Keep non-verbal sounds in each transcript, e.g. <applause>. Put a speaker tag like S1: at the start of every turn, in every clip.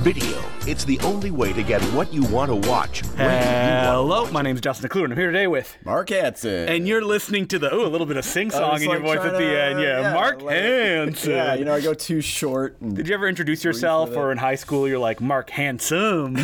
S1: Video. It's the only way to get what you want to watch. when you want to
S2: Hello, my name's Justin McClure, and I'm here today with.
S3: Mark Hansen.
S2: And you're listening to the ooh, a little bit of sing
S3: I
S2: song
S3: was,
S2: in your
S3: Oh, like,
S2: voice at
S3: trying
S2: the
S3: to-
S2: end. Yeah,
S3: yeah,
S2: Mark
S3: like-
S2: Hansen.
S3: Yeah, you know, I go too short.
S2: <laughs>
S3: And
S2: Did you ever introduce yourself, or in high school you're like Mark Handsome?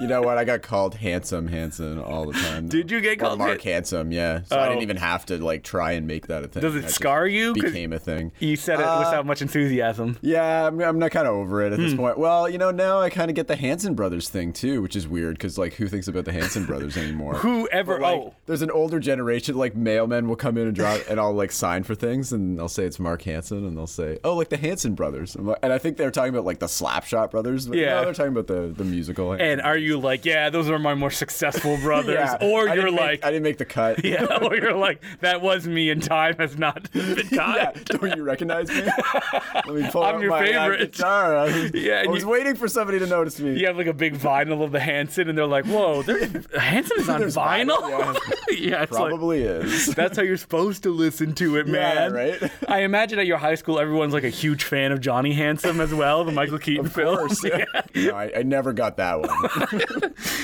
S3: you know what? I got called handsome Hansen all the time.
S2: Did you get
S3: Or
S2: called
S3: Mark
S2: Han-
S3: Handsome? Yeah. So I
S2: Oh.
S3: didn't even have to like try and make that a thing.
S2: Does
S3: <laughs> I
S2: it
S3: just
S2: scar you? 'Cause
S3: Became Uh, a thing.
S2: you said it without much enthusiasm.
S3: Yeah, I'm, I'm not kind of over it at this
S2: Hmm.
S3: point. Well, you know, now I kind of get the Hansen brothers thing too, which is weird because like, who thinks about the Hansen
S2: <laughs>
S3: brothers anymore?
S2: Whoever,
S3: Like,
S2: oh,
S3: there's an older generation. Like mailmen will come in and drop, and I'll like sign for things, and I'll say it's Mark Hansen, and they'll say, "Oh, like the Hansen brothers," I'm like- and I think they're talking about like the Slapshot brothers. But
S2: Yeah.
S3: no, they're talking about the the musical.
S2: and are you like, yeah, those are my more
S3: <laughs>
S2: successful brothers,
S3: Yeah.
S2: or
S3: I
S2: you're
S3: didn't make-
S2: like,
S3: I didn't make the
S2: <laughs>
S3: cut.
S2: yeah, or you're like, that was me, and time has
S3: <laughs>
S2: not been
S3: Yeah,
S2: kind.
S3: don't you
S2: <laughs>
S3: recognize me? Let me pull
S2: I'm
S3: out
S2: your
S3: my uh,
S2: favorite.
S3: guitar. I was,
S2: <laughs> Yeah, and
S3: I was
S2: you-
S3: waiting for somebody to notice me.
S2: You have like a big vinyl of the Hanson, and they're like, "Whoa,
S3: <laughs>
S2: they're, Hanson is on
S3: There's
S2: vinyl."
S3: vinyl, yeah.
S2: <laughs> yeah, it's like-
S3: probably
S2: <laughs>
S3: is.
S2: That's how you're supposed to listen to it,
S3: Yeah,
S2: man.
S3: right?
S2: I imagine at your high school, everyone's like a huge fan of Johnny Handsome as well, the Michael Keaton film. <laughs>
S3: no, I, I never got that one.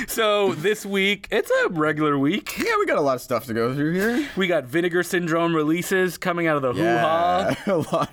S2: So this week, it's a regular week.
S3: yeah, we got a lot of stuff to go through here.
S2: We got Vinegar Syndrome releases coming out of the hoo ha.
S3: Yeah, <laughs> a lot.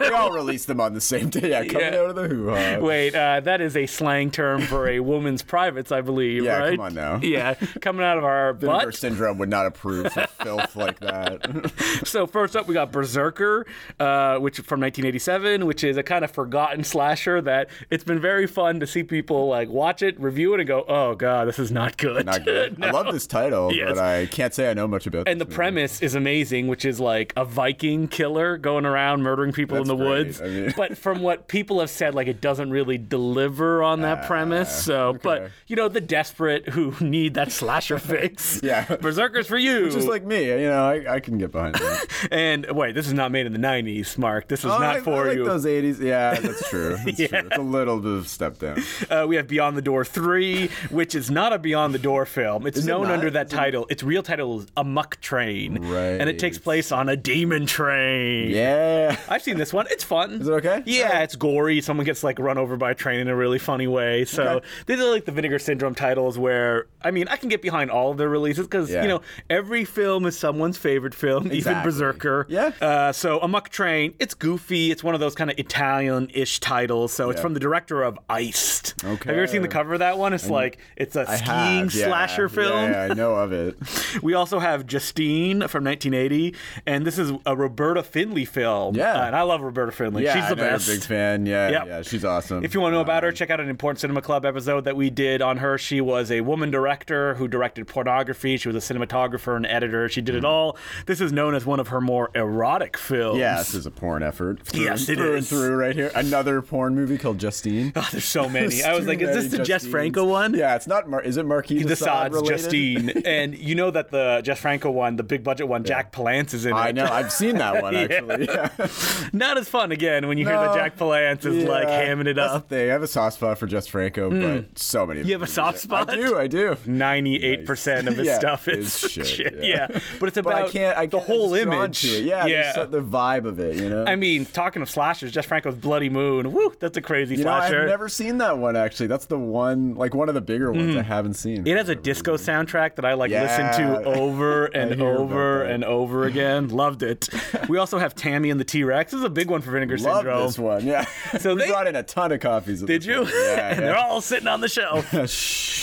S3: we all released them on the same day. Yeah, coming
S2: Yeah.
S3: out of the hoo ha.
S2: Wait, uh, that is a slang term for a woman's privates, I believe.
S3: Yeah,
S2: right?
S3: come on now.
S2: Yeah, coming out of our
S3: Vinegar
S2: butt.
S3: syndrome would not approve of filth like
S2: <laughs>
S3: that.
S2: So first up, we got Berserker, uh, which from 1987, which is a kind of forgotten <laughs> slasher that it's been very fun to see people like watch it, review it, and go, "Oh god, this is not good." <laughs>
S3: Not good. I love Mm-hmm. this title,
S2: Yes.
S3: but I can't say I know much about.
S2: And the
S3: this movie.
S2: premise is amazing, which is like a Viking killer going around murdering people in
S3: That's
S2: the
S3: great.
S2: woods.
S3: I mean- <laughs>
S2: but from what people have said, like it doesn't really deliver on that premise. So, but
S3: Ah, okay.
S2: you know, the desperate who <laughs> need that
S3: <laughs>
S2: slasher fix.
S3: Yeah.
S2: Berserkers for you.
S3: Just like me, you know, I, I can get behind that.
S2: and wait, this is not made in the 90s, Mark. This is
S3: Oh,
S2: not
S3: I,
S2: for
S3: I like
S2: you.
S3: Those eighties, yeah, that's
S2: <laughs>
S3: true. That's true. It's a little bit of a step down.
S2: Uh, we have Beyond the Door 3, which is not a Beyond the Door film. It's
S3: Is it
S2: known
S3: not?
S2: under that
S3: Is it-
S2: title. Its real title is A Muck Train. And it takes
S3: Right.
S2: place on a demon train.
S3: Yeah,
S2: I've seen this one. It's fun.
S3: Is it okay?
S2: Yeah, it's gory. Someone gets like run over by a train in a really funny way. So these are like the Vinegar Syndrome titles where I mean I can get behind all of their releases because
S3: Yeah.
S2: you know every film is someone's favorite film, even
S3: Exactly.
S2: Berserker.
S3: Yeah.
S2: Uh, so A Muck Train. It's goofy. It's one of those kind of Italian-ish titles. So it's
S3: Yeah.
S2: from the director of Iced. Have you ever seen the
S3: Okay.
S2: cover of that one? It's like it's a
S3: I
S2: skiing
S3: have, yeah.
S2: slasher film.
S3: Yeah, I know of it.
S2: <laughs> We also have Justine from 1980, and this is a Roberta Finley film.
S3: Yeah.
S2: Uh, and I love Roberta Finley.
S3: Yeah,
S2: She's
S3: I
S2: the
S3: know you're a
S2: best.
S3: big fan. Yeah,
S2: Yep.
S3: yeah, she's awesome.
S2: If you want to know about her, check out an Important Cinema Club episode that we did on her. She was a woman director who directed pornography. She was a cinematographer and editor. She did
S3: Mm-hmm.
S2: it all. This is known as one of her more erotic films.
S3: Yeah, this is a porn effort. Through,
S2: Yes, it
S3: through
S2: is. Oh,
S3: and through right here. Another porn movie
S2: <laughs>
S3: called Justine.
S2: <laughs> There's
S3: <laughs>
S2: so many.
S3: There's
S2: I was
S3: too
S2: like, is this
S3: many
S2: the Jess
S3: Justines.
S2: Franco one?
S3: Yeah, it's not. Mar- is it Marquis
S2: The
S3: Sade
S2: Sods,
S3: related? <laughs>
S2: Justine. and you know that the Jess Franco one, the big budget one, Jack Palance is in it.
S3: I know. I've seen
S2: <laughs>
S3: that one actually. Yeah.
S2: Not as fun again when you hear
S3: No.
S2: that Jack Palance is like
S3: Yeah.
S2: hamming it
S3: That's
S2: up. Hmm.
S3: the thing. I have a soft spot for Jess Franco, but so many.
S2: You have a soft spot?
S3: I do. I do.
S2: 98% of his
S3: <laughs> Yeah,
S2: stuff is
S3: it's shit,
S2: Yeah.
S3: yeah.
S2: But it's
S3: But
S2: about
S3: I can't. I
S2: the
S3: can't-
S2: whole
S3: I'm just drawn
S2: image.
S3: To it. Yeah.
S2: yeah.
S3: just the vibe of it. You know.
S2: I mean, talking of slashers, Jess Franco's Bloody Moon. Woo, that's a crazy
S3: you know, I've
S2: slasher.
S3: never seen that one actually. That's the one, like one of the bigger ones I haven't seen.
S2: Hmm. it has a disco soundtrack that I like
S3: Yeah.
S2: listen to over and
S3: hear about
S2: over
S3: that.
S2: and over again. Loved
S3: <laughs>
S2: it. We also have Tammy and the T Rex. This is a big one for Vinegar
S3: Love
S2: Syndrome.
S3: this one. Yeah.
S2: So
S3: <laughs> we
S2: they-
S3: brought in a ton of copies. Of
S2: Did
S3: this
S2: you?
S3: one. Yeah.
S2: <laughs> and
S3: yeah.
S2: they're all sitting on the shelf.
S3: <laughs>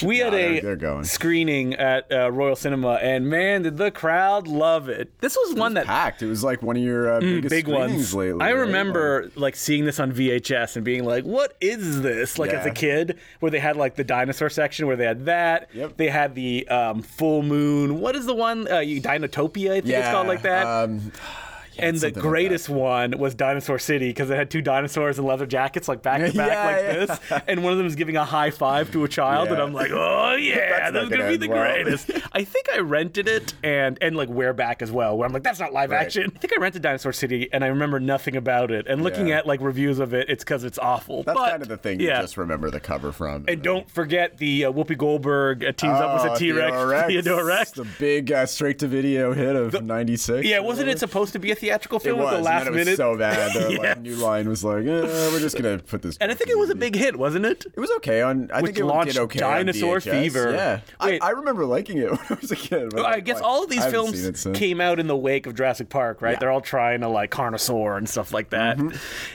S2: We had
S3: Nah,
S2: a
S3: they're- they're going.
S2: screening at uh, Royal Cinema, and man, did the crowd love it. This was one that Mm,
S3: packed. It was like one of your uh, biggest
S2: big
S3: screenings
S2: ones.
S3: lately.
S2: I
S3: right?
S2: remember like seeing this on VHS and being like, "What is this?" Like as a
S3: Yeah.
S2: kid, where they had like the dinosaur section, where they had that.
S3: Yep.
S2: They had the um, full moon. What is the one? Uh, you- Dinotopia, I think it's called like that. <sighs>
S3: Um, yeah,
S2: and the
S3: something like that.
S2: greatest one was Dinosaur City because it had two dinosaurs in leather jackets, like back
S3: <laughs>
S2: to back,
S3: Yeah,
S2: like
S3: yeah.
S2: this. And one of them was giving a high five to a child, and
S3: Yeah.
S2: I'm like, oh yeah,
S3: <laughs> That's
S2: that's
S3: not
S2: gonna
S3: gonna
S2: be
S3: end
S2: the
S3: well. <laughs>
S2: greatest. I think I rented it and and like Wear Back as well, where I'm like, that's not live
S3: Right.
S2: action. I think I rented Dinosaur City, and I remember nothing about it. And looking
S3: Yeah.
S2: at like reviews of it, it's because it's awful.
S3: That's
S2: But,
S3: kind of the thing
S2: yeah.
S3: you just remember the cover from.
S2: and don't forget the uh, Whoopi Goldberg uh, teams up with
S3: Oh,
S2: a <laughs> T Rex, Theodore Rex.
S3: The big uh, straight to video hit of 96.
S2: Yeah, wasn't it supposed to be a theatrical
S3: It
S2: film
S3: was,
S2: at the last
S3: and then it was
S2: minute.
S3: so bad. They're like,
S2: <laughs> Yes.
S3: New Line was like, eh, we're just gonna put this.
S2: and I think it was a big hit, wasn't it?
S3: It was okay on. I
S2: Which
S3: think it
S2: launched
S3: did okay.
S2: Dinosaur
S3: on VHS.
S2: Fever.
S3: Yeah, I,
S2: Wait.
S3: I remember liking it <laughs> when I was a kid.
S2: <laughs>
S3: but
S2: I guess
S3: like,
S2: all of these
S3: I haven't seen it
S2: films
S3: since.
S2: came out in the wake of Jurassic Park, right?
S3: Yeah. Mm-hmm.
S2: They're all trying to like Carnosaur and stuff like that.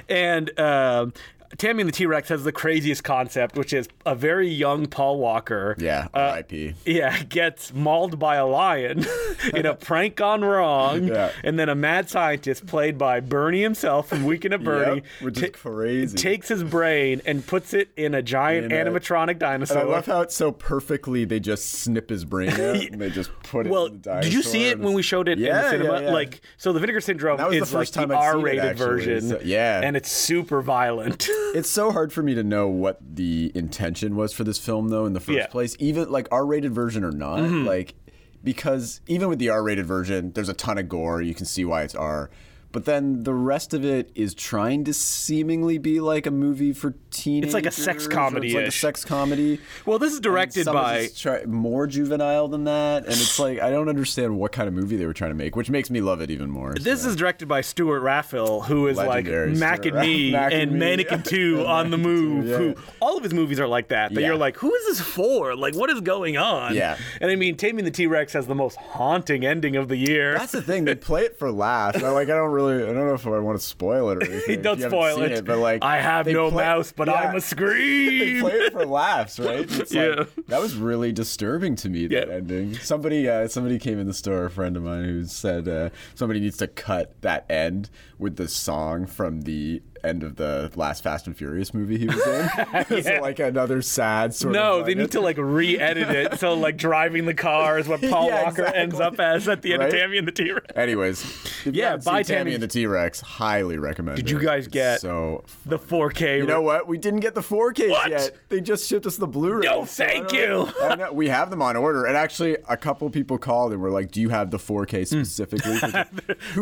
S2: And um Tammy and the T Rex has the craziest concept, which is a very young Paul Walker.
S3: Yeah,
S2: uh,
S3: R.I.P.
S2: yeah, gets mauled by a lion <laughs> in
S3: <laughs>
S2: a prank gone wrong,
S3: Yeah.
S2: and then a mad scientist played by Bernie himself from Weekend at Bernie
S3: Yep, which is
S2: ta-
S3: crazy.
S2: takes his brain and puts it in a giant
S3: In a-
S2: animatronic dinosaur.
S3: and I love how it's so perfectly. They just snip
S2: <laughs>
S3: his brain out and they just put it.
S2: Well,
S3: in the
S2: did you see
S3: dinosaur
S2: it
S3: and
S2: when we showed it in
S3: Yeah,
S2: the
S3: yeah,
S2: cinema?
S3: yeah.
S2: Like, so the Vinegar Syndrome
S3: That was the
S2: is like
S3: first time
S2: the
S3: I'd seen it,
S2: R-rated
S3: actually,
S2: version,
S3: so- yeah.
S2: and it's super
S3: <laughs>
S2: violent.
S3: It's so hard for me to know what the intention was for this film, though, in the first
S2: Yeah. Mm-hmm.
S3: place. Even like R-rated version or not, like because even with the R-rated version, there's a ton of gore. You can see why it's R. But then the rest of it is trying to seemingly be like a movie for teenagers.
S2: like a sex
S3: or It's like a
S2: comedy-ish.
S3: sex comedy.
S2: well, this is directed
S3: Some of
S2: by
S3: it's try- more juvenile than that, and it's like I don't understand what kind of movie they were trying to make, which makes me love it even more. so.
S2: This is directed by Stuart Raffel, who is
S3: Legendary
S2: like Mac
S3: Stuart
S2: and Me
S3: Raffel. <laughs> Mac and
S2: and
S3: Me.
S2: Mannequin
S3: <laughs>
S2: 2 on the Move.
S3: yeah.
S2: Who all of his movies are like that. That
S3: Yeah.
S2: you're like, who is this for? Like, what is going on?
S3: Yeah.
S2: And I mean, Taming the T Rex has the most haunting ending of the year.
S3: That's the thing. They play it for laughs. And I, like I don't really. I don't know if I want to spoil it or anything.
S2: <laughs> Don't
S3: if you haven't
S2: spoil
S3: seen
S2: it.
S3: it. But like,
S2: I have
S3: they
S2: no
S3: play-
S2: mouse, but
S3: yeah,
S2: I'm a
S3: <laughs> They
S2: scream.
S3: play
S2: <laughs>
S3: it for laughs, right? It's like,
S2: Yeah.
S3: that was really disturbing to me. That
S2: Yeah.
S3: ending. Somebody, uh, somebody came in the store. A friend of mine who said uh, somebody needs to cut that end with the song from the end of the last Fast and Furious movie he was in. <laughs> It's
S2: Yeah.
S3: like another sad sort of.
S2: no, they
S3: like,
S2: need to like re-edit it. So like driving the car is what Paul
S3: <laughs> Yeah,
S2: Walker ends
S3: exactly.
S2: up as at the end of
S3: Right?
S2: Tammy and the T Rex.
S3: Anyways, if you
S2: Yeah,
S3: haven't
S2: buy
S3: seen Tammy
S2: Tammy-
S3: and the T Rex. Highly recommend.
S2: Did you
S3: it.
S2: guys
S3: It's
S2: get
S3: so
S2: The 4K.
S3: You know what? We didn't get the 4K
S2: What?
S3: yet. They just shipped us the Blu-ray.
S2: No,
S3: So I
S2: thank
S3: don't-
S2: you.
S3: <laughs> I know. We have them on order, and actually, a couple people called and were like, "Do you have the
S2: Hmm. <laughs>
S3: 4K specifically?"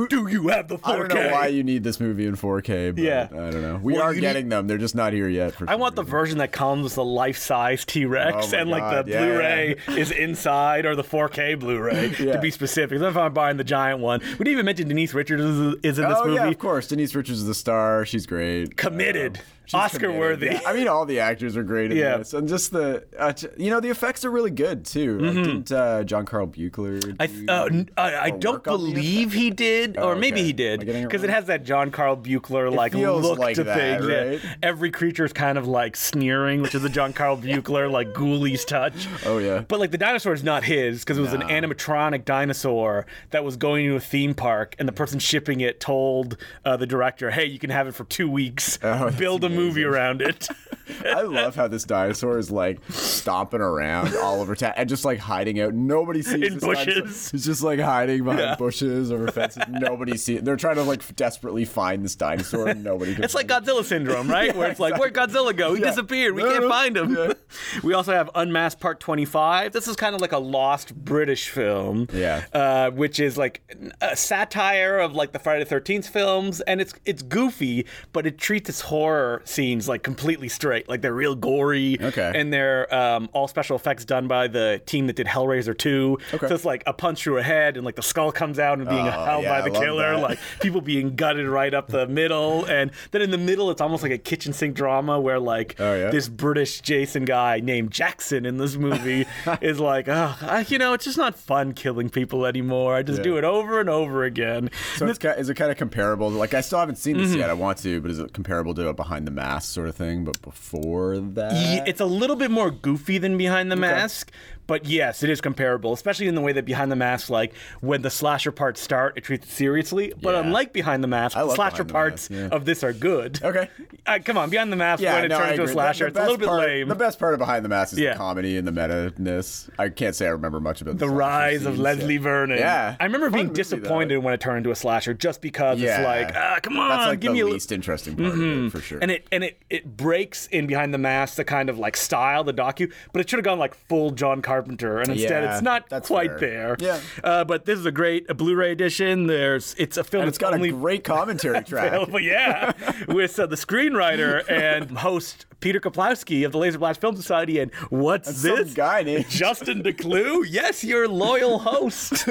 S2: Do you have the 4K?
S3: I don't know why you need this movie in 4K, but
S2: Yeah.
S3: I don't know. We
S2: Well,
S3: are
S2: you
S3: getting them. They're just not here yet. For
S2: I want the version that comes with the life-size T-Rex
S3: Oh my
S2: and like
S3: God,
S2: the
S3: yeah.
S2: Blu-ray is inside or the 4K Blu-ray to
S3: <laughs> Yeah.
S2: be specific. If I'm buying the giant one, we didn't even mention Denise Richards is, is in this
S3: oh
S2: movie.
S3: yeah, of course. Denise Richards is the star. She's great.
S2: Committed,
S3: She's committed.
S2: Oscar-worthy.
S3: Yeah, I mean, all the actors are great in
S2: Yeah.
S3: this, and just the uh, j- you know the effects are really good too. Like, didn't uh, John Carl Buechler?
S2: Mm-hmm. I, th- uh, n- I, I
S3: or
S2: don't
S3: work on the
S2: believe he did, or
S3: okay.
S2: maybe he
S3: Am
S2: did,
S3: I getting it
S2: because it
S3: wrong?
S2: has that John Carl Buechler like
S3: feels
S2: look
S3: like
S2: to
S3: that,
S2: things. yeah.
S3: right?
S2: Every creature is kind of like sneering, which is a John Carl Buechler like Ghoulies touch.
S3: Oh, yeah.
S2: But like the dinosaur is not his because it was an animatronic dinosaur that was going to a theme park, and the person shipping it told uh, the director, "Hey, you can have it for two weeks.
S3: Oh, that's
S2: Build a movie around it." <laughs>
S3: I love how this dinosaur is like stomping around all over town and just like hiding out. Nobody sees
S2: In
S3: this dinosaur.
S2: bushes.
S3: It's just like hiding behind bushes over fences. Nobody sees. They're trying to like desperately find this dinosaur. And nobody. Can
S2: It's like
S3: find it.
S2: Godzilla syndrome,
S3: <laughs>
S2: right? Where it's like, where'd Godzilla go? He
S3: Yeah.
S2: disappeared. We
S3: No,
S2: can't
S3: no.
S2: find him. <laughs> We also have Unmasked Part 25. This is kind of like a lost British film.
S3: Yeah.
S2: Uh, which is like a satire of like the Friday the 13th films. And it's it's goofy, but it treats its horror scenes like completely straight. Like they're real gory.
S3: Okay.
S2: And they're um, all special effects done by the team that did Hellraiser 2.
S3: Okay.
S2: So it's like a punch through a head and like the skull comes out and being
S3: Oh,
S2: held
S3: yeah,
S2: by
S3: I
S2: the
S3: love
S2: killer.
S3: that.
S2: Like, people being gutted right up the middle and then in the middle it's almost like a kitchen sink drama where like
S3: Oh, yeah?
S2: this british jason guy named jackson in this
S3: <laughs>
S2: movie is like oh, I, you know it's just not fun killing people anymore i just
S3: Yeah.
S2: do it over and over again
S3: So it's kind is it kind of comparable? Like I still haven't seen this
S2: Mm-hmm.
S3: yet. I want to, but is it comparable to a behind the mask sort of thing? But before that,
S2: Ye- it's a little bit more goofy than Behind the Mask, but yes, it is comparable, especially in the way that Behind the Mask, like when the slasher parts start, it treats it seriously. But
S3: Yeah.
S2: unlike Behind the Mask,
S3: I love
S2: slasher
S3: Behind the
S2: parts
S3: Mask, yeah.
S2: of this are good.
S3: Okay.
S2: Uh, come on, Behind the Mask,
S3: Yeah,
S2: when it
S3: no, I
S2: turns into a
S3: agree.
S2: slasher,
S3: The-
S2: it's
S3: the
S2: a
S3: best
S2: little bit
S3: part-
S2: lame.
S3: The best part of Behind the Mask is
S2: Yeah.
S3: the comedy and the meta-ness. I can't say I remember much about
S2: the
S3: slasher
S2: rise of
S3: scenes,
S2: Leslie
S3: yeah.
S2: Vernon.
S3: Yeah.
S2: I remember
S3: Fun
S2: being
S3: movie, though.
S2: disappointed when it turned into a slasher just because
S3: Yeah.
S2: it's like, ah, come on,
S3: That's like
S2: give
S3: the
S2: me a Mm-hmm.
S3: least interesting part of it for sure.
S2: and it and it it breaks in Behind the Mask, the kind of like style, the docu, but it should have gone like full John Carpenter, and instead
S3: Yeah,
S2: it's not
S3: that's
S2: quite there.
S3: fair. Yeah.
S2: Uh, but this is a great a Blu-ray edition. There's it's a film
S3: And
S2: that's
S3: it's got
S2: only
S3: a
S2: <laughs>
S3: great commentary track.
S2: available, Oh, yeah, with uh, the screenwriter and host Peter Kaplowski of the Laser Blast Film Society, and what's this
S3: Some guy named
S2: <laughs> Justin DeClue? Yes, your loyal
S3: <laughs>
S2: host.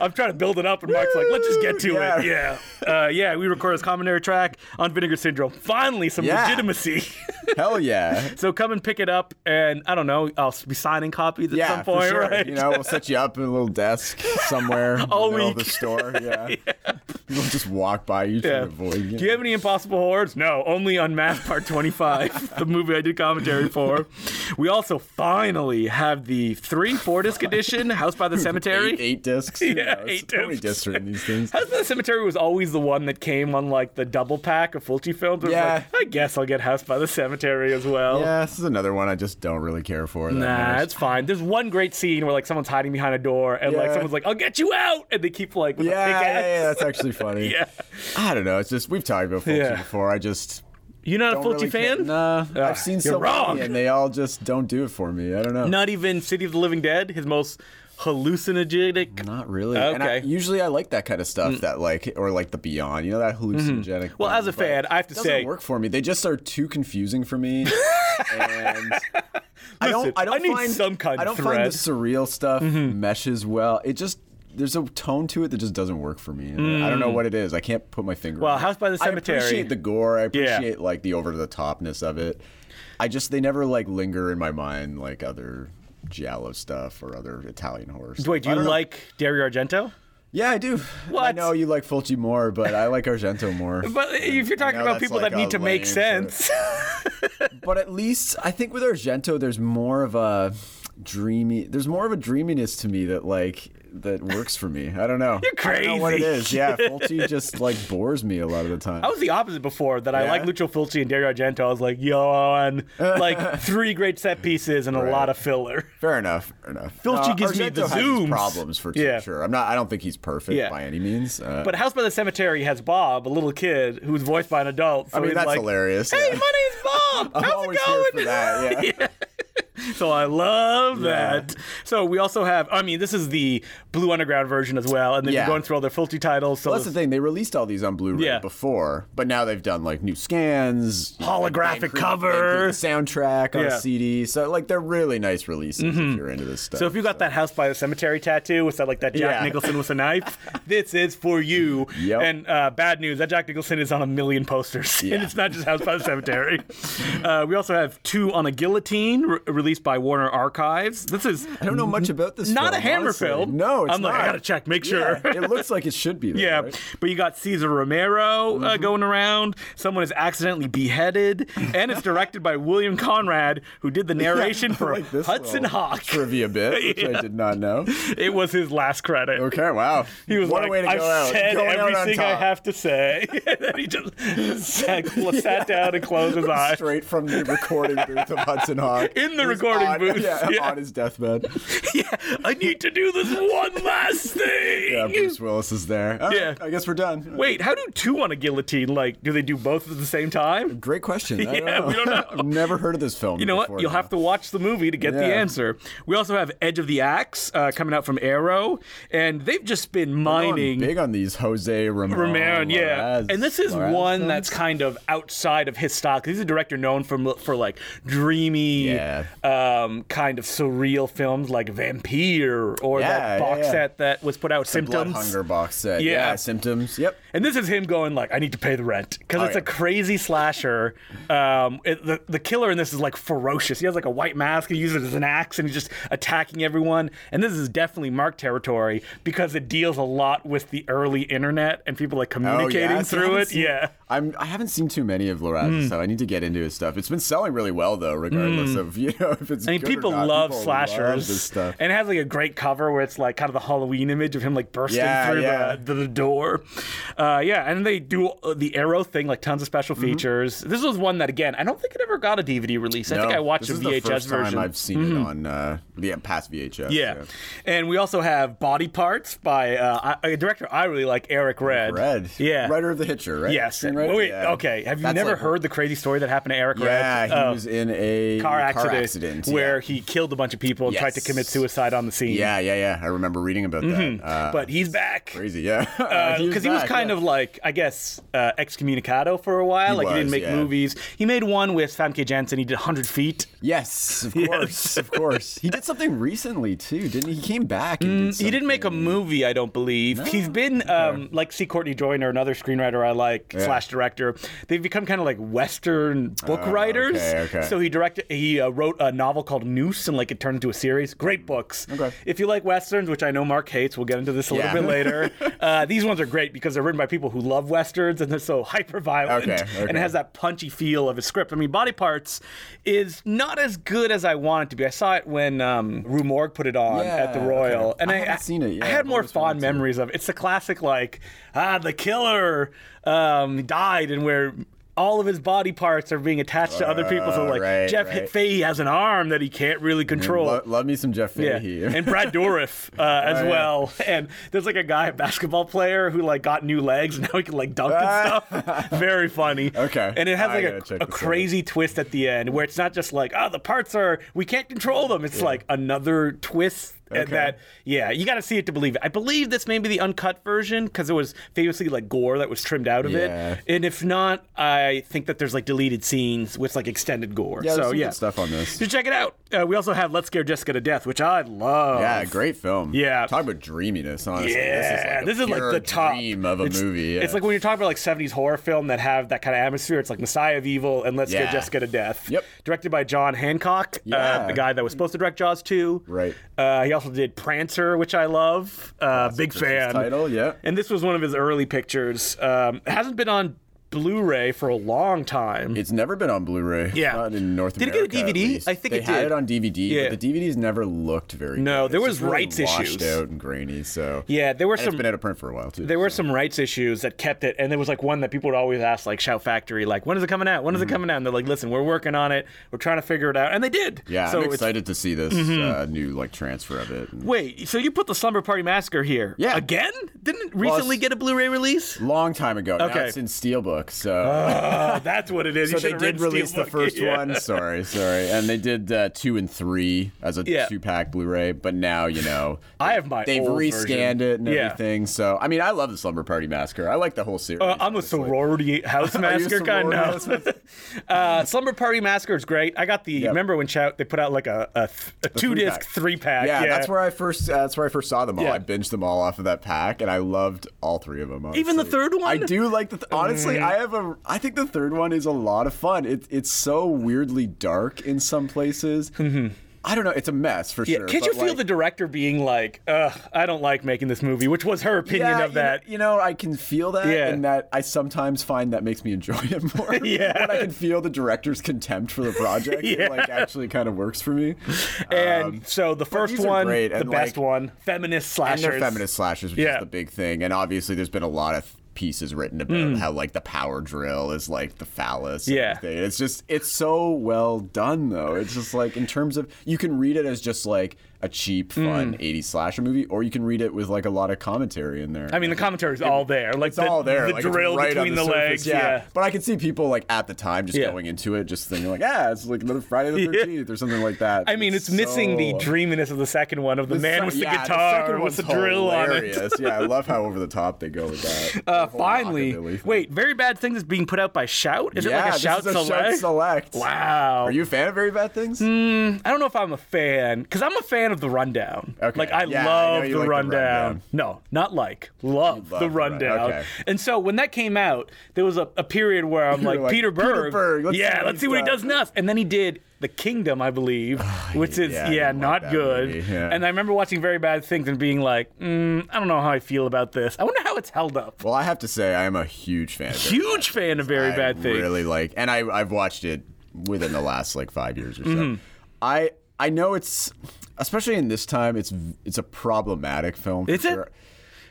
S2: I'm trying to build it up, and Mark's like, let's just get to
S3: Yeah.
S2: it. Yeah. Uh, yeah, we recorded this commentary track on Vinegar Syndrome. Finally, some
S3: Yeah.
S2: legitimacy. <laughs>
S3: Hell yeah.
S2: so come and pick it up, and I don't know, I'll be signing copies at
S3: Yeah,
S2: some point,
S3: for sure.
S2: right?
S3: You know, we'll set you up in a little desk somewhere
S2: All
S3: in the middle of the
S2: week. <laughs>
S3: store. Yeah. People just walk by you, try
S2: Yeah.
S3: to avoid you.
S2: Do you have any Impossible Hordes? No, only Unmasked <laughs> Part 25, <laughs> the movie I did commentary for. We also finally have the three, four disc edition, House
S3: <laughs>
S2: by the
S3: eight,
S2: Cemetery. <laughs>
S3: eight discs?
S2: Yeah,
S3: it's
S2: eight
S3: so many
S2: discs.
S3: discs are in
S2: <laughs>
S3: these things.
S2: House by the Cemetery was always the one that came on like the double pack of Fulci films. It was
S3: Yeah.
S2: like, I guess I'll get House by the Cemetery as well.
S3: Yeah, this is another one I just don't really care for. That
S2: Nah,
S3: much.
S2: it's fine. There's one great scene where like someone's hiding behind a door and like
S3: Yeah.
S2: someone's like, "I'll get you out," and they keep like, with a
S3: yeah, yeah,
S2: pickaxe.
S3: yeah,
S2: <laughs>
S3: that's actually funny.
S2: Yeah.
S3: I don't know. It's just we've talked about Fulci
S2: Yeah.
S3: before. I just
S2: You're not a
S3: don't
S2: Fulci
S3: really care-
S2: fan?
S3: Nah,
S2: Ah,
S3: I've seen
S2: you're
S3: so
S2: wrong.
S3: many, and they all just don't do it for me. I don't know.
S2: Not even City of the Living Dead, his most hallucinogenic
S3: Not really. And I,
S2: Okay. Mm.
S3: usually I like that kind of stuff that like or like the beyond, you know, that hallucinogenic.
S2: Mm-hmm. Well,
S3: thing,
S2: as a
S3: but
S2: fan, I have to
S3: it doesn't
S2: say-
S3: work for me. They just are too confusing
S2: <laughs>
S3: for me. and I
S2: Listen,
S3: don't I don't
S2: I need
S3: find
S2: some kind
S3: I
S2: of
S3: don't find
S2: thread. Mm-hmm.
S3: the surreal stuff meshes well. It just there's a tone to it that just doesn't work for me. And I don't know what it is. I can't put my finger.
S2: Mm. Well,
S3: on it.
S2: House by the Cemetery-
S3: I appreciate the gore. I
S2: Yeah.
S3: appreciate like the over the topness of it. I just they never like linger in my mind like other Giallo stuff or other Italian horror. stuff.
S2: Wait, do
S3: I
S2: you
S3: don't know.
S2: like Dario Argento?
S3: Yeah, I do. I
S2: What?
S3: know you like Fulci more, but I like Argento more.
S2: <laughs> But if you're talking
S3: know
S2: about
S3: that's
S2: people
S3: like
S2: that need
S3: a
S2: to make
S3: lame
S2: sense, <laughs>
S3: but at least I think with Argento, there's more of a dreamy. There's more of a dreaminess to me that like that works for me. I
S2: <laughs>
S3: don't know. You're I don't know what it
S2: crazy. Oh. <laughs>
S3: is? Yeah, Fulci just like bores me a lot of the time.
S2: I was the opposite before that. I
S3: Yeah?
S2: like Lucio Fulci and Dario Argento. I was like,
S3: <laughs>
S2: yawn, like three great set pieces and a lot of filler.
S3: Fair enough. Fair enough.
S2: Fulci
S3: Uh,
S2: gives me
S3: Argento
S2: the
S3: has his
S2: zooms.
S3: problems for
S2: Yeah.
S3: sure. I'm not. I don't think he's perfect
S2: Yeah.
S3: by any means. Uh,
S2: But House by the Cemetery has Bob, a little kid who's voiced by an adult. So
S3: I mean
S2: he's
S3: that's
S2: like,
S3: hilarious.
S2: Hey, my
S3: yeah.
S2: name's Bob.
S3: <laughs> I'm
S2: How's
S3: always
S2: it going?
S3: here for that.
S2: <laughs>
S3: Yeah.
S2: So I love that. So we also have, I mean, this is the Blue Underground version as well, and then
S3: Yeah.
S2: you're going through all their Fulci titles. So
S3: Well, that's the thing. They released all these on Blu-ray
S2: Yeah.
S3: before, but now they've done like new scans, you know, like,
S2: Holographic
S3: they include-
S2: cover.
S3: they include the soundtrack on
S2: Yeah. Mm-hmm.
S3: a CD. So like they're really nice releases if you're into this stuff.
S2: So if you got that house by the cemetery tattoo with that like that Jack
S3: Yeah.
S2: Nicholson with a
S3: <laughs>
S2: knife, this is for you.
S3: Yep.
S2: And uh, bad news, that Jack Nicholson is on a million posters, <laughs>
S3: Yeah.
S2: and it's not just House by the Cemetery. uh, we also have two on a guillotine, re- released by Warner Archives. This is
S3: I don't know much about this.
S2: not
S3: film,
S2: a Hammer
S3: honestly.
S2: film.
S3: No, it's
S2: I'm like, I
S3: not.
S2: gotta check, make sure.
S3: Yeah, it looks like it should be.
S2: <laughs>
S3: Though,
S2: Yeah,
S3: right? Mm-hmm.
S2: but you got Caesar Romero uh, going around. Someone is accidentally beheaded, and it's directed by William Conrad, who did
S3: <laughs>
S2: the narration
S3: I
S2: for
S3: like this
S2: Hudson
S3: little
S2: Hawk.
S3: Trivia bit, which I did not know.
S2: <laughs> It was his last credit.
S3: Okay, wow.
S2: He was
S3: what
S2: like,
S3: a way to
S2: I've
S3: go out.
S2: said
S3: Going out on
S2: everything I
S3: top.
S2: have to say. <laughs> and then he just
S3: <laughs>
S2: sat, sat down and closed his eyes.
S3: Straight from the recording booth of Hudson Hawk.
S2: <laughs> In the
S3: He was
S2: recording
S3: on-
S2: booth,
S3: <laughs> Yeah,
S2: yeah.
S3: on his deathbed.
S2: <laughs> yeah, I need to do this one last thing.
S3: <laughs>
S2: <laughs>
S3: Yeah, Bruce Willis is there. All right,
S2: Yeah.
S3: I guess we're done.
S2: Wait, how do two on a guillotine? Like, do they do both at the same time?
S3: Great question.
S2: <laughs>
S3: I
S2: Yeah,
S3: don't know.
S2: we don't know.
S3: I've <laughs> never heard of this film.
S2: You know what? You'll have to watch the movie to get the
S3: Yeah.
S2: answer. We also have Edge of the Axe uh, coming out from Arrow, and they've just been mining.
S3: big on these Jose Ramon.
S2: Ramon, yeah.
S3: Larraz-
S2: And this is
S3: Larraz
S2: one
S3: films?
S2: that's kind of outside of his stock. He's a director known for for like dreamy,
S3: Yeah.
S2: um, kind of surreal films like Vampire or
S3: Yeah,
S2: that
S3: yeah,
S2: box
S3: yeah.
S2: set that was put out.
S3: Blood
S2: Symptoms.
S3: Hunger box set.
S2: Yeah.
S3: Yeah. symptoms. Yep.
S2: And this is him going like, I need to pay the rent because
S3: Oh,
S2: it's
S3: yeah.
S2: a crazy slasher. Um, it- the the killer in this is like ferocious. He has like a white mask. He uses it as an axe and he's just attacking everyone. And this is definitely Mark territory because it deals a lot with the early internet and people
S3: Oh,
S2: like communicating
S3: I see- I
S2: through
S3: haven't
S2: it.
S3: seen-
S2: yeah. Hmm.
S3: I'm. I haven't seen too many of Larraz's stuff. I need to get into his stuff. It's been selling really well though, regardless of <laughs> you know if it's.
S2: I mean,
S3: good or
S2: people
S3: not.
S2: love
S3: People
S2: slashers,
S3: this stuff.
S2: and it has like a great cover where it's like kind of the Halloween image of him like bursting
S3: Yeah,
S2: through
S3: yeah.
S2: The, the door. Uh, yeah, and they do uh, the arrow thing, like tons of special
S3: Mm-hmm.
S2: features. This was one that again, I don't think it ever got a DVD release. I think
S3: No,
S2: I watched
S3: this
S2: a VHS
S3: is the first
S2: version. Mm-hmm.
S3: Time I've seen it on uh, the past VHS.
S2: yeah. and we also have Body Parts by uh, I- a director I really like, Eric Red.
S3: Red.
S2: Yeah.
S3: Writer of the Hitcher, right?
S2: Yes,
S3: Screenwriter? it.
S2: Wait,
S3: Yeah.
S2: okay. Have you
S3: That's
S2: never
S3: like-
S2: heard the crazy story that happened to Eric?
S3: Yeah,
S2: Red?
S3: he
S2: Oh,
S3: was in a
S2: car accident,
S3: accident,
S2: where
S3: yeah.
S2: he killed a bunch of people and tried to
S3: Yes.
S2: commit suicide on the scene.
S3: Yeah, yeah, yeah. I remember reading about that. Uh,
S2: Mm-hmm. but he's back.
S3: crazy, yeah. <laughs> Uh,
S2: because he was
S3: back,
S2: kind
S3: yeah.
S2: of like, I guess, uh, excommunicado for a while.
S3: He
S2: like he didn't
S3: was,
S2: make
S3: yeah.
S2: movies. He made one with Famke Janssen. He did 100 Feet.
S3: Yes,
S2: <laughs>
S3: of
S2: Yes.
S3: course, of course. He did something recently too, didn't he? He came back. And did
S2: Mm, He didn't make a movie, I don't believe. He's been um, like C. Courtney Joyner, another screenwriter I like slash director. They've become kind of like Western book
S3: Oh,
S2: writers.
S3: okay, okay.
S2: So he directed, he uh, wrote a novel called Noose, and like it turned into a series. Great books.
S3: Okay.
S2: If you like westerns, which I know Mark hates, we'll get into this a
S3: Yeah.
S2: little bit
S3: <laughs>
S2: later. uh, these ones are great because they're written by people who love westerns and they're so hyper violent
S3: Okay,
S2: and
S3: okay.
S2: it has that punchy feel of his script. I mean, Body Parts is not as good as I want it to be. I saw it when um, Rue Morgue put it on at the
S3: Yeah,
S2: Royal,
S3: okay.
S2: and
S3: I
S2: I,
S3: haven't seen it
S2: I
S3: yet.
S2: had
S3: I've
S2: more
S3: always
S2: fond
S3: wanted to.
S2: memories of it. It's the classic like ah the killer um, died and where. All of his body parts are being attached to other people. So,
S3: Oh,
S2: like,
S3: right,
S2: Jeff
S3: right.
S2: Fahey has an arm that he can't really control.
S3: Lo- love me some Jeff
S2: Yeah,
S3: Fahey. <laughs>
S2: and Brad Dourif uh, as
S3: Oh, yeah.
S2: well. And there's like a guy, a basketball player, who like got new legs <laughs> and now he can like dunk
S3: Ah.
S2: and
S3: <laughs>
S2: stuff. Very funny.
S3: Okay.
S2: And it has
S3: I
S2: like
S3: gotta check
S2: a, a
S3: this out.
S2: crazy twist at the end where it's not just like, oh, the parts are we can't control them. It's like another twist. at
S3: Okay.
S2: That yeah, you got to see it to believe it. I believe this may be the uncut version because it was famously like gore that was trimmed out of
S3: Yeah.
S2: it, and if not, I think that there's like deleted scenes with like extended gore.
S3: yeah, there's
S2: so
S3: some
S2: yeah,
S3: good stuff on this.
S2: so check it out. Uh, we also have Let's Scare Jessica to Death, which I love.
S3: Yeah, great film.
S2: Yeah.
S3: Talk about dreaminess, honestly.
S2: Yeah,
S3: this is like, a pure
S2: the top
S3: dream of a
S2: it's,
S3: movie. yeah.
S2: It's like when you're talking about like 70s horror film that have that kind of atmosphere. It's like Messiah of Evil and Let's Scare
S3: Yeah.
S2: Jessica to Death.
S3: Yep.
S2: Directed by John Hancock, uh,
S3: Yeah.
S2: the guy that was supposed to direct Jaws 2.
S3: Right.
S2: Uh, he also did Prancer, which I love. Uh, big fan.
S3: title, yeah.
S2: And this was one of his early pictures. Um, it hasn't been on Blu-ray for a long time.
S3: It's never been on Blu-ray.
S2: Yeah.
S3: Not in North
S2: Did it get a
S3: America. at
S2: DVD?
S3: least.
S2: I think
S3: they
S2: it
S3: had
S2: did.
S3: it on DVD,
S2: Yeah.
S3: but the DVDs never looked very.
S2: No,
S3: good.
S2: there
S3: It's
S2: was
S3: just really
S2: rights
S3: washed
S2: issues.
S3: out and grainy. So
S2: yeah, there were
S3: And
S2: some
S3: it's been out of print for a while too.
S2: There were some rights issues that kept it, and there was like one that people would always ask, like Shout Factory, like when is it coming out? When is it
S3: Mm-hmm.
S2: coming out? And they're like, listen, we're working on it. We're trying to figure it out, and they did.
S3: yeah,
S2: So it's-
S3: I'm
S2: Mm-hmm.
S3: excited to see this uh, new like transfer of it. And-
S2: Wait, so you put the Slumber Party Massacre here?
S3: Yeah.
S2: Again? Didn't it
S3: it's-
S2: recently get a Blu-ray
S3: <laughs>
S2: release?
S3: Long time ago. Now
S2: Okay.
S3: it's in Steelbook. So.
S2: Oh, that's what it is.
S3: so
S2: You
S3: they
S2: should've
S3: did
S2: read
S3: release the
S2: Steelbook.
S3: first
S2: Yeah.
S3: one. Sorry, sorry. And they did uh, two and three as a
S2: Yeah.
S3: two-pack Blu-ray. But now you know
S2: I have my.
S3: they've
S2: old version.
S3: rescanned it and
S2: Yeah.
S3: everything. So I mean, I love the Slumber Party Massacre. I like the whole series.
S2: Uh, I'm a
S3: honestly.
S2: sorority
S3: <laughs>
S2: house massacre guy
S3: sorority
S2: now.
S3: house massacre?
S2: <laughs> uh, Slumber Party Massacre is great. I got the. Remember when Chow, they put out like a, a, th- a two disc
S3: three-pack.
S2: three pack?
S3: Yeah, that's where I first. Uh, that's where I first saw them all.
S2: Yeah.
S3: I binged them all off of that pack, and I loved all three of them. Honestly.
S2: Even the third one? Mm.
S3: I do like the. Th- honestly, I have a. I think the third one is a lot of fun. It, it's so weirdly dark in some places. I don't know. It's a mess for
S2: Mm-hmm. Yeah,
S3: sure.
S2: can't
S3: but,
S2: you feel
S3: like-
S2: the director being like, Ugh, I don't like making this movie, which was her opinion
S3: yeah,
S2: of
S3: you kn-
S2: that.
S3: You know, I can feel that,
S2: Yeah.
S3: and that I sometimes find that makes me enjoy it more.
S2: <laughs> Yeah.
S3: when I can feel the director's contempt for the project,
S2: <laughs> Yeah.
S3: it like actually kind of works for me.
S2: and so the first
S3: um, these are
S2: one,
S3: great,
S2: the
S3: and,
S2: best
S3: like-
S2: one, feminist
S3: and
S2: slashers.
S3: they're feminist slashers, which
S2: Yeah.
S3: is the big thing. And obviously, there's been a lot of pieces written about how like the power drill is like the phallus. and
S2: Hmm. Yeah.
S3: everything. it's just it's so well done though. It's just like in terms of you can read it as just like a cheap,
S2: Hmm.
S3: fun '80s slasher movie, or you can read it with like a lot of commentary in there.
S2: I mean, the commentary's all there. Like
S3: it's
S2: the,
S3: all
S2: the
S3: there. like, it's
S2: drill
S3: right on
S2: between the,
S3: surface,
S2: legs. Yeah.
S3: But I could see people like at the time just
S2: Yeah.
S3: going into it, just thinking like, yeah, it's like another Friday
S2: <laughs>
S3: the
S2: Yeah.
S3: 13th or something like that.
S2: I mean, it's missing the
S3: so-
S2: dreaminess of the second one of the, man
S3: se-
S2: with the
S3: yeah,
S2: guitar
S3: second
S2: with the
S3: one's
S2: drill on it.
S3: hilarious. yeah, I love how over the top they go with
S2: <laughs>
S3: that.
S2: Uh,
S3: The whole
S2: finally,
S3: rockabilly thing.
S2: wait, very bad thing that's being put out by Shout. Is
S3: yeah,
S2: it like a
S3: this
S2: Shout
S3: is a
S2: select? Hmm.
S3: Shout select.
S2: Wow.
S3: Are you a fan of Very Bad Things?
S2: I don't know if I'm a fan because I'm a fan of the rundown.
S3: Okay.
S2: Like I
S3: Yeah, I know
S2: love
S3: you
S2: the,
S3: like The
S2: rundown.
S3: Rundown.
S2: No, not like love,
S3: love
S2: the
S3: The Rundown.
S2: rundown.
S3: Okay.
S2: And so when that came out, there was a, a period where I'm
S3: You were
S2: like,
S3: like,
S2: Peter
S3: "Peter
S2: Berg.
S3: Berg, let's see
S2: yeah,
S3: what
S2: let's
S3: he's
S2: see what he
S3: got." Oh,
S2: does next. And then he did The Kingdom, I
S3: <sighs>
S2: believe, which is
S3: yeah,
S2: yeah,
S3: I didn't
S2: not
S3: like that
S2: good.
S3: movie, yeah.
S2: And I remember watching Very Bad Things and being like, mm, I don't know how I feel about this. I wonder how it's held up.
S3: Well, I have to say, I am a huge fan. of Very
S2: Huge fan of Very
S3: I
S2: Bad Things.
S3: Really like, and I I've watched it within the last like five years or so.
S2: Mm-hmm.
S3: I I know it's especially in this time it's it's a problematic film. for
S2: Is it?
S3: sure.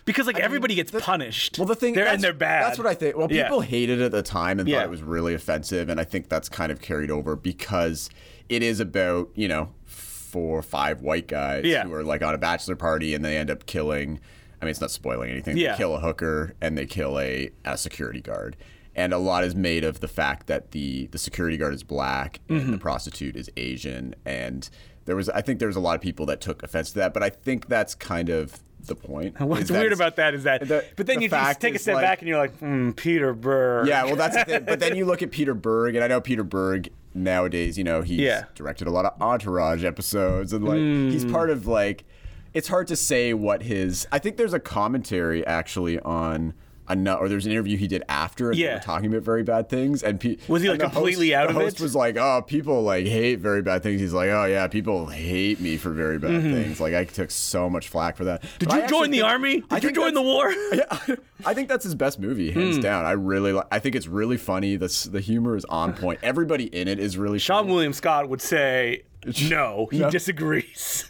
S2: because like everybody gets punished.
S3: Well, the thing
S2: they're
S3: that's,
S2: and they're bad.
S3: That's what I think. Well,
S2: Yeah.
S3: people hated it at the time and
S2: Yeah.
S3: thought it was really offensive, and I think that's kind of carried over because it is about you know four or five white guys
S2: Yeah.
S3: who are like on a bachelor party and they end up killing. I mean, it's not spoiling anything.
S2: Yeah.
S3: They kill a hooker and they kill a, a security guard. and a lot is made of the fact that the the security guard is black
S2: Mm-hmm.
S3: and the prostitute is Asian, and there was I think there was a lot of people that took offense to that, but I think that's kind of the point.
S2: <laughs> What's
S3: is that
S2: weird
S3: it's-
S2: about that is that,
S3: the-
S2: but then
S3: the
S2: you just
S3: fact
S2: take a
S3: is,
S2: step
S3: like-
S2: back and you're like, hmm, Peter Burr.
S3: Yeah, well, that's the thing. But
S2: <laughs>
S3: then you look at Peter Berg, and I know Peter Berg nowadays, you know, he's
S2: Yeah. Hmm.
S3: directed a lot of Entourage episodes, and like he's part of like. It's hard to say what his. I think there's a commentary actually on. a nu- Or there's an interview he did after, and they
S2: Yeah.
S3: were talking about very bad things. And Pe-
S2: Was he,
S3: and
S2: like,
S3: the host-
S2: completely out
S3: the
S2: of
S3: host
S2: it?
S3: Was like, oh, people like hate very bad things. He's like, oh yeah, people hate me for very bad things. Like I took so much flack for that.
S2: Mm-hmm. Did you join the army? Did you join the war?
S3: <laughs> yeah, I think that's his best movie, hands
S2: Hmm.
S3: down. I really, li- I think it's really funny. The s- the humor is on point. Everybody in it is really
S2: John
S3: funny.
S2: William Scott would say,
S3: <laughs>
S2: no, he disagrees.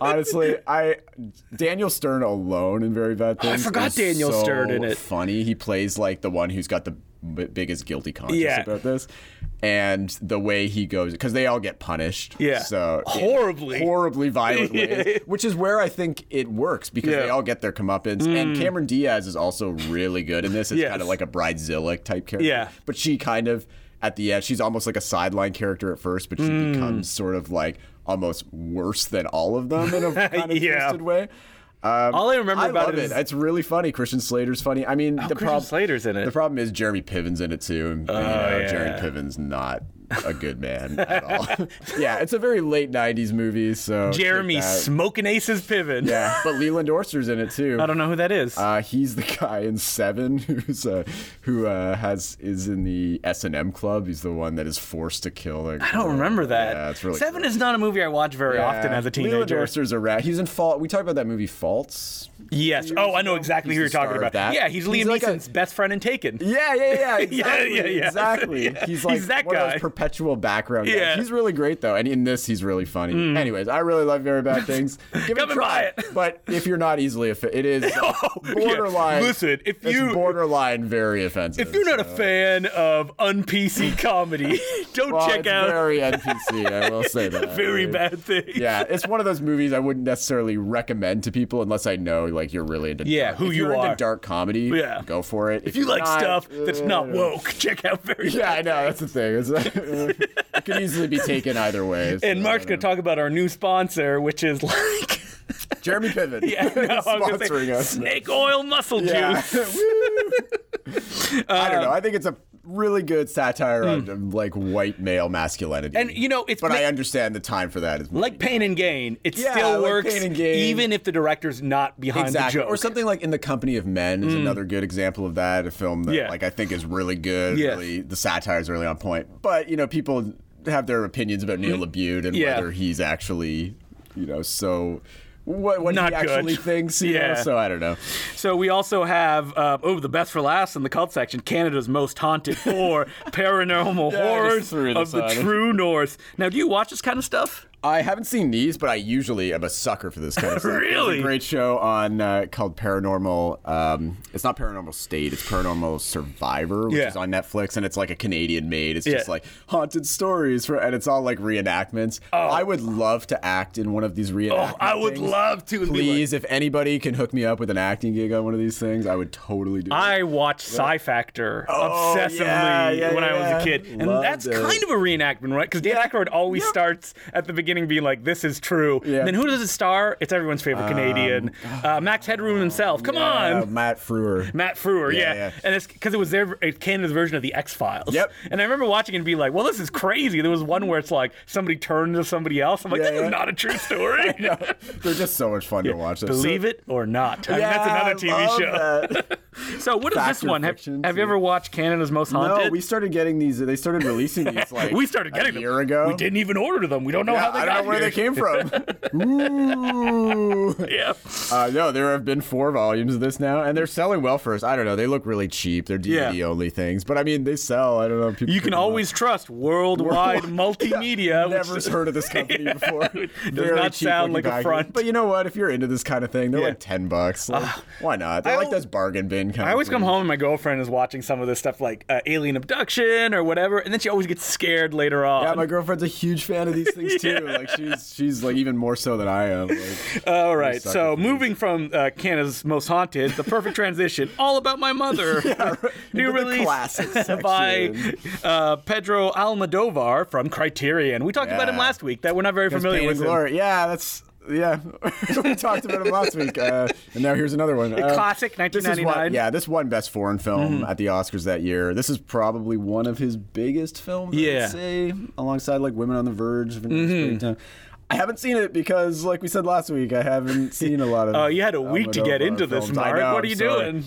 S3: Honestly, I Daniel Stern alone in Very Bad Things.
S2: Oh, forgot
S3: is
S2: Daniel
S3: so
S2: Stern in it.
S3: Funny, he plays like the one who's got the b- biggest guilty conscience
S2: Yeah.
S3: about this, and the way he goes because they all get punished.
S2: Yeah.
S3: so
S2: Horribly.
S3: horribly
S2: <laughs>
S3: violent
S2: Yeah.
S3: ways, which is where I think it works because
S2: Yeah. Hmm.
S3: they all get their comeuppance. And Cameron Diaz is also really good in this. It's
S2: Yes.
S3: kind of like a bridezilla type character.
S2: Yeah.
S3: but she kind of at the end she's almost like a sideline character at first, but she
S2: Hmm.
S3: becomes sort of like almost worse than all of them
S2: <laughs>
S3: in a kind of
S2: Yeah.
S3: twisted way.
S2: All I remember
S3: Um, I
S2: about
S3: love
S2: it
S3: it.
S2: is
S3: It's really funny. Christian Slater's funny. I mean, the
S2: Christian
S3: problem
S2: Slater's in it. Oh,
S3: The problem is Jeremy Piven's in it too. And, you know, Jeremy Piven's not a
S2: <laughs>
S3: good man at all. yeah, it's a very late '90s movie. So take
S2: Jeremy
S3: that.
S2: smoking aces pivot.
S3: Yeah, but Leland Orster's in it too.
S2: I don't know who that is.
S3: Uh, he's the <laughs> guy in Seven who's uh, who uh, has is in the S and M club. He's the one that is forced to kill. I
S2: I don't remember that.
S3: Yeah, it's really
S2: Seven is not a movie I watch very often as a
S3: Leland
S2: teenager.
S3: Orster's a rat. He's in Fault. We talked about that movie, Faults.
S2: Yes. Oh, I know exactly who
S3: He's
S2: you're
S3: the
S2: talking
S3: star
S2: about.
S3: of that.
S2: Yeah, he's, Liam
S3: He's like a-
S2: Neeson's best friend in
S3: <laughs>
S2: Taken.
S3: Yeah, yeah, yeah, exactly,
S2: <laughs> yeah, yeah.
S3: exactly.
S2: Yeah.
S3: He's like
S2: He's that
S3: one of
S2: guy.
S3: those perpetual background. guys.
S2: Yeah. Mm.
S3: he's really great though, and in this he's really funny. Anyways, I really love Very Bad
S2: <laughs>
S3: Things.
S2: Come
S3: Give it a
S2: and
S3: try.
S2: buy it. Oh,
S3: But if you're not easily offended,
S2: <laughs>
S3: it is
S2: yeah.
S3: borderline.
S2: Listen, if
S3: it's
S2: you-
S3: borderline very offensive.
S2: If you're not a
S3: so-
S2: fan of un-PC comedy, <laughs> don't
S3: Well,
S2: check
S3: it's
S2: out
S3: very NPC. I
S2: <laughs>
S3: will say that.
S2: Very
S3: Like,
S2: Bad Thing.
S3: Yeah, it's one of those movies I wouldn't necessarily recommend to people unless I know like you're really into
S2: Yeah,
S3: dark.
S2: who
S3: if
S2: you
S3: you're
S2: are.
S3: into dark comedy.
S2: Yeah.
S3: go for it. uh,
S2: If you like stuff that's not woke, <laughs> check out Very
S3: Yeah,
S2: Bad
S3: I know. That's the thing. It's, <laughs> it could easily be taken either way. so
S2: And Mark's
S3: I
S2: going
S3: don't
S2: to talk about our new sponsor, which is like <laughs>
S3: know. Jeremy Piven.
S2: yeah, no, I was gonna
S3: sponsoring
S2: say,
S3: us.
S2: snake oil muscle
S3: Yeah.
S2: juice.
S3: Woo. <laughs> I don't know. I think it's a really good satire on like white male masculinity.
S2: Hmm. And you know, it's
S3: but
S2: ma-
S3: I understand the time for that is
S2: like pain and gain. It
S3: Yeah,
S2: still
S3: like
S2: works,
S3: Pain and Gain.
S2: even if the director's not behind
S3: exactly,
S2: the joke. Mm.
S3: or something like In the Company of Men is another good example of that. A film that
S2: Yeah.
S3: like I think is really good.
S2: Yes.
S3: Really, the satire is really on point. But you know, people have their opinions about Neil LaBute and
S2: Mm. Yeah.
S3: whether he's actually, you know, so. What, what
S2: Not
S3: he
S2: good.
S3: actually thinks, you
S2: Yeah.
S3: know, so I don't know.
S2: So we also have uh, oh the best for last in the cult section, Canada's most
S3: <laughs>
S2: haunted or paranormal
S3: Yeah, I
S2: horrors
S3: just threw
S2: of
S3: this
S2: the
S3: on.
S2: true north. Now, do you watch this kind of stuff?
S3: I haven't seen these, but I usually am a sucker for this
S2: <laughs>
S3: kind of stuff. There's
S2: Really?
S3: a great show on uh, called Paranormal. Um, it's not Paranormal State. It's Paranormal Survivor, which
S2: Yeah.
S3: is on Netflix, and it's like a Canadian made. It's just
S2: Yeah.
S3: like haunted stories for, and it's all like reenactments. I would love to act in one of these reenactments.
S2: Oh, I would love to. and be like-
S3: Please, if anybody can hook me up with an acting gig on one of these things, I would totally do. it.
S2: I watched Sci Factor obsessively
S3: Oh, yeah, yeah,
S2: when I was a
S3: yeah.
S2: kid, and
S3: Loved
S2: that's
S3: it.
S2: kind of a reenactment, right? Because Dan Aykroyd always starts at the beginning being like, "This is true."
S3: Yeah.
S2: And
S3: Um,
S2: then who does it star? It's everyone's favorite
S3: <sighs>
S2: Canadian, uh, Max Headroom himself. Come
S3: Yeah,
S2: on.
S3: Uh, Matt Frewer.
S2: Matt Frewer, yeah,
S3: Yeah, yeah.
S2: and it's because it was their it's Canada's version of the X Files.
S3: Yep.
S2: And I remember watching it and be like, "Well, this is crazy." There was one where it's like somebody turned to somebody else. I'm like,
S3: Yeah,
S2: "This is
S3: yeah.
S2: not a true
S3: <laughs>
S2: story."
S3: They're just so much fun to watch. They're so-
S2: Believe it or not, I mean, that's
S3: Yeah,
S2: another
S3: I
S2: TV
S3: love
S2: show.
S3: that.
S2: So what is
S3: Fact
S2: this
S3: or
S2: one? Have,
S3: fiction,
S2: have you
S3: too.
S2: ever watched Canada's Most Haunted?
S3: No, we started getting these. They started releasing
S2: <laughs>
S3: these like
S2: We started getting
S3: a
S2: them
S3: year ago.
S2: We didn't even order them. We don't know
S3: Yeah,
S2: how they
S3: I
S2: got
S3: don't know where
S2: here.
S3: they came from.
S2: <laughs>
S3: Ooh.
S2: Yeah.
S3: Uh, no, there have been four volumes of this now, and they're selling well for us. I don't know. They look really cheap. They're
S2: Yeah.
S3: DVD only things, but I mean, they sell. I don't know. People
S2: You can
S3: pick them up.
S2: always trust worldwide
S3: <laughs>
S2: multimedia. which-
S3: Never
S2: <laughs>
S3: heard of this company before. Does
S2: not sound like a front.
S3: But you know what? If you're into this kind of thing, they're
S2: Yeah. Ah.
S3: like ten bucks. Like, why not? They're
S2: I
S3: like
S2: al-
S3: those bargain bin in. Kind
S2: I always come home and my girlfriend is watching some of this stuff like uh, Alien Abduction or whatever, and then she always gets scared later on.
S3: Yeah, my girlfriend's a huge fan of these
S2: <laughs>
S3: things too. Like she's she's like even more so than I am. Like,
S2: All right,
S3: sucker
S2: so
S3: for
S2: moving from uh, Canada's Most Haunted, the perfect
S3: <laughs>
S2: transition, All About My Mother, <laughs> new
S3: into the
S2: release <laughs>
S3: classics
S2: by
S3: section.
S2: uh, Pedro Almodovar from Criterion. We talked about him
S3: Yeah.
S2: last week, that we're not very
S3: That's
S2: familiar
S3: Pain
S2: with
S3: and
S2: him.
S3: Glory. Yeah, that's yeah. <laughs> we talked about it last week, uh, and now here's another one. Uh,
S2: classic,
S3: this is one-
S2: 1999.
S3: yeah, this one best foreign film
S2: Mm-hmm.
S3: at the Oscars that year. This is probably one of his biggest films.
S2: Yeah. Mm-hmm.
S3: I'd say alongside like Women on the Verge. Vanilla Springtime. I haven't seen it because, like we said last week, I haven't
S2: <laughs>
S3: seen a lot of.
S2: Oh, you had a week to get
S3: Almodovar
S2: into this,
S3: films. I
S2: Mark.
S3: know,
S2: what are
S3: I'm
S2: you
S3: sorry.
S2: doing?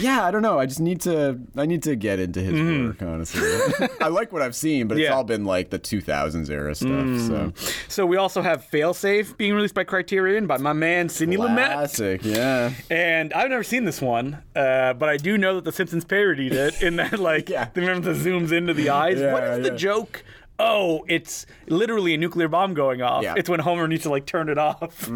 S3: Yeah, I don't know. I just need to. I need to get into his work. Honestly, I like what I've seen, but
S2: Mm-hmm.
S3: it's
S2: Yeah. Mm.
S3: all been like the 2000s era stuff. So
S2: So we also have Failsafe being released by Criterion by my man Sidney Lumet.
S3: classic, yeah.
S2: And I've never seen this one, uh, but I do know that The Simpsons parodied it in
S3: <laughs>
S2: that, like,
S3: Yeah.
S2: the remember the zooms into the eyes. what
S3: Yeah,
S2: is the
S3: yeah.
S2: joke? Oh, it's literally a nuclear bomb going off.
S3: Yeah. Mm.
S2: It's when Homer needs to like turn it off.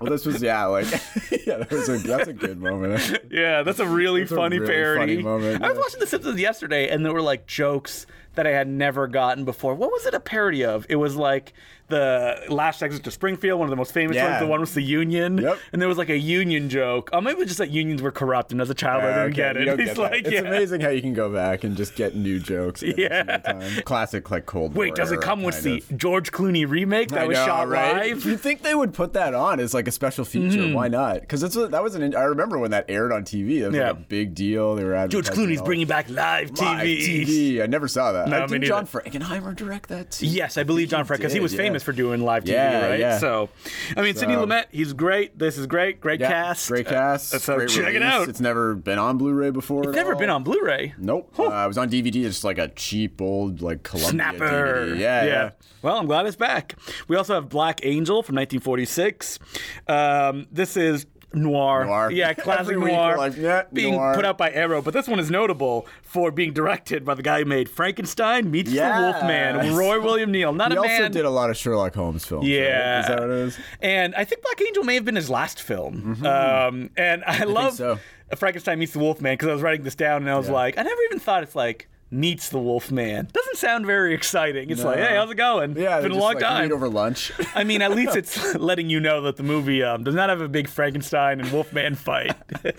S3: Well, this was yeah, like <laughs> yeah, that was a, that's a good
S2: <laughs>
S3: moment.
S2: <laughs> yeah, that's a really
S3: a
S2: funny
S3: really
S2: parody.
S3: funny moment,
S2: I was
S3: yeah.
S2: watching The Simpsons yesterday, and there were like jokes that I had never gotten before. What was it a parody of? It was like the Last Exit to Springfield, one of the most famous
S3: Yeah.
S2: ones. The one with the union,
S3: Yep.
S2: and there was like a union joke. Oh, maybe it was just that unions were corrupt, and as a child, I
S3: Uh,
S2: didn't
S3: <laughs> okay,
S2: get
S3: you
S2: it.
S3: don't
S2: He's
S3: get that.
S2: like,
S3: it's
S2: yeah.
S3: amazing how you can go back and just get new jokes. Every
S2: Yeah.
S3: single time. classic like Cold War.
S2: Wait, does it
S3: era
S2: come with
S3: kind
S2: the
S3: of.
S2: George Clooney remake that
S3: I
S2: was
S3: know,
S2: shot
S3: right?
S2: live? Mm.
S3: You think they would put that on as like a special feature? Why not? Because that's what, that was an. in- I remember when that aired on TV. That was
S2: Yeah.
S3: like a big deal. They were
S2: George
S3: advertising
S2: Clooney's
S3: all-
S2: bringing back live TV.
S3: <laughs> Live TV. I never saw that.
S2: No,
S3: I
S2: me
S3: think
S2: neither.
S3: John Frankenheimer direct that too.
S2: Yes, I
S3: <laughs>
S2: believe John Frank because he
S3: did,
S2: was
S3: yeah.
S2: famous for doing live TV,
S3: Yeah,
S2: right?
S3: yeah.
S2: So, I mean, Sidney
S3: So-
S2: Lumet, he's great. This is great. Great
S3: Yeah,
S2: cast.
S3: Great cast.
S2: Uh, so
S3: great
S2: check it
S3: release.
S2: out.
S3: It's never been on Blu-ray before.
S2: It's never been on Blu-ray.
S3: Nope. Uh, I was on DVD. It's like a cheap old like Columbia
S2: Snapper.
S3: DVD. Yeah, yeah.
S2: Well, I'm glad it's back. We also have Black Angel from 1946. Um, this is noir.
S3: Noir. <laughs>
S2: Yeah, classic
S3: Every week
S2: noir.
S3: we're like, yeah,
S2: being
S3: noir.
S2: put out by Arrow, but this one is notable for being directed by the guy who made Frankenstein meets
S3: Yes.
S2: the Wolfman, Roy William Neal. Not
S3: He
S2: a
S3: also
S2: man.
S3: did a lot of Sherlock Holmes films. right?
S2: Yeah.
S3: Is that what it is?
S2: And I think Black Angel may have been his last film. Um, and I, love
S3: Mm-hmm. so.
S2: Frankenstein Meets the Wolfman because I was writing this down and I was like, I never even thought it's like meets the Wolfman. Doesn't sound very exciting. It's like, hey, how's it going?
S3: Yeah.
S2: it's
S3: they
S2: been a
S3: just,
S2: long
S3: like,
S2: time.
S3: meet over lunch. <laughs>
S2: I mean, at least it's letting you know that the movie um, does not have a big Frankenstein and Wolfman fight,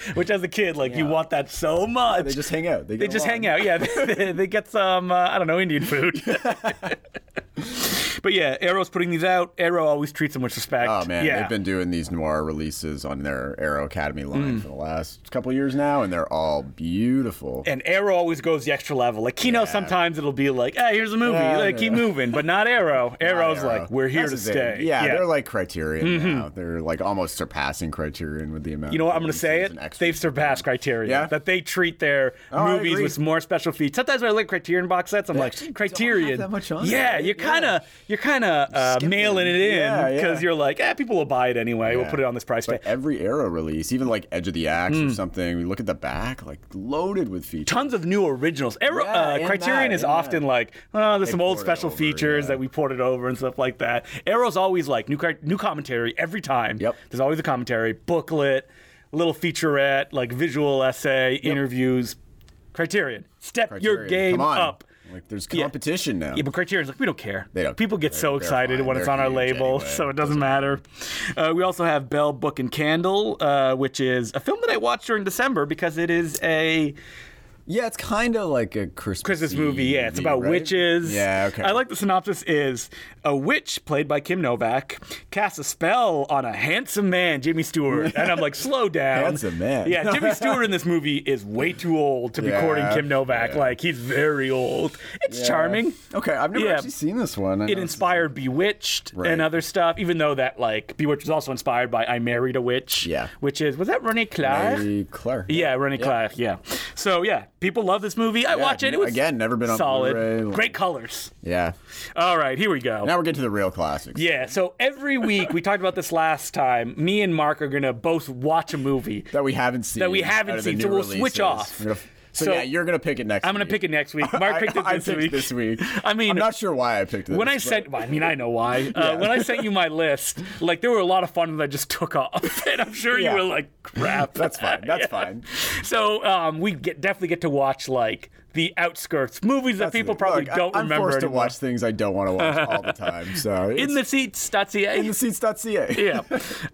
S2: <laughs> which as a kid, like, you want that so much.
S3: they just hang out. They,
S2: They just hang out. Yeah, <laughs> they, they- they get some uh, I don't know Indian
S3: <laughs>
S2: food. but yeah, Arrow's putting these out. Arrow always treats them with respect.
S3: Oh man,
S2: yeah.
S3: they've been doing these noir releases on their Arrow Academy line
S2: Mm.
S3: for the last couple years now, and they're all beautiful.
S2: and Arrow always goes the extra level. Like Kino, sometimes it'll be like, "Hey, here's a movie,
S3: Yeah,
S2: like, keep
S3: yeah.
S2: moving," but not
S3: <laughs>
S2: Arrow. Arrow's
S3: Arrow.
S2: like, "We're here
S3: That's
S2: to
S3: the thing.
S2: stay." Mm-hmm.
S3: Yeah, they're like Criterion now. They're like almost surpassing Criterion with the amount.
S2: you know what?
S3: of
S2: I'm gonna
S3: releases
S2: say it.
S3: and extras.
S2: They've surpassed Criterion.
S3: Yeah? Oh,
S2: That they treat their
S3: I
S2: movies
S3: agree.
S2: with more special features. Sometimes when I look at Criterion box sets, I'm like,
S3: actually don't
S2: Criterion.
S3: have that much on
S2: yeah,
S3: it, right?
S2: you're kind of you're kind of uh,
S3: Skipping.
S2: mailing it in
S3: Yeah, yeah.
S2: because you're like, eh, people will buy it anyway. We'll
S3: Yeah.
S2: put it on this price tag.
S3: But every Arrow release, even like Edge of the Axe
S2: Hmm.
S3: or something, we look at the back, like loaded with features.
S2: Tons of new originals. Arrow,
S3: Yeah,
S2: uh,
S3: and
S2: Criterion
S3: that,
S2: is
S3: and
S2: often
S3: that.
S2: like, oh, there's some old
S3: port it
S2: special
S3: over,
S2: features
S3: yeah.
S2: that we ported over and stuff like that. Arrow's always like new, cri- new commentary every time.
S3: Yep.
S2: There's always a commentary, booklet, little featurette, like visual essay, interviews. Criterion, step your
S3: Criterion,
S2: game
S3: Come on.
S2: up.
S3: Like there's competition now.
S2: Yeah, but Criterion's like, we don't care.
S3: They don't
S2: People get
S3: care.
S2: so
S3: They're
S2: excited
S3: fine.
S2: when it's
S3: They're
S2: on our
S3: huge
S2: label,
S3: anyway.
S2: so it doesn't matter. Uh, we also have Bell, Book, and Candle, uh, which is a film that I watched during December because it is a
S3: yeah, it's kind of like a Christmas
S2: Christmas movie. Yeah, it's about
S3: right?
S2: witches.
S3: Yeah, okay.
S2: I like the synopsis is a witch played by Kim Novak casts a spell on a handsome man, Jimmy
S3: <laughs>
S2: Stewart. And I'm like, slow down.
S3: Handsome man.
S2: Yeah, Jimmy Stewart
S3: <laughs>
S2: in this movie is way too old to be
S3: Yeah,
S2: courting Kim Novak.
S3: yeah.
S2: Like, he's very old. It's
S3: Yeah.
S2: charming.
S3: Okay, I've never
S2: Yeah.
S3: actually seen this one. I
S2: It
S3: know it's-
S2: inspired Bewitched
S3: Right.
S2: and other stuff, even though that like Bewitched was also inspired by I Married a Witch.
S3: Yeah.
S2: Which is was that Renee Clair?
S3: Mary Claire.
S2: Yeah, Renee Clair. Yeah. So yeah, people love this movie. I watch it. It was
S3: again, never been on
S2: solid.
S3: Blu-ray, like-
S2: Great colors.
S3: Yeah.
S2: All right, here we go.
S3: Now we're getting to the real classics.
S2: yeah, so every week we talked about this last time. Me and Mark are gonna both watch a movie.
S3: That we haven't seen.
S2: That we haven't
S3: out of the
S2: seen,
S3: new
S2: so we'll switch
S3: releases.
S2: off.
S3: We're gonna f- So,
S2: So-
S3: yeah, you're gonna pick it next.
S2: I'm gonna
S3: week.
S2: pick it next week. Mark picked it
S3: <laughs> I,
S2: this
S3: I picked
S2: week.
S3: this week.
S2: I mean-
S3: I'm not sure why I picked it.
S2: When I sent, well, I mean, I know
S3: <laughs>
S2: why. Uh,
S3: Yeah.
S2: when I sent you my list, like there were a lot of fun that I just took off, <laughs> and I'm sure
S3: Yeah.
S2: you were like, "Crap."
S3: <laughs> that's fine. That's fine.
S2: <laughs> So um, we get definitely get to watch like the outskirts movies that
S3: That's
S2: people
S3: it.
S2: probably
S3: Look, I-
S2: don't
S3: I'm
S2: remember.
S3: forced to
S2: anymore.
S3: watch things I don't want to watch all the time. So
S2: <laughs> in the seats, Stazia.
S3: in
S2: <laughs>
S3: the seats.ca.
S2: yeah.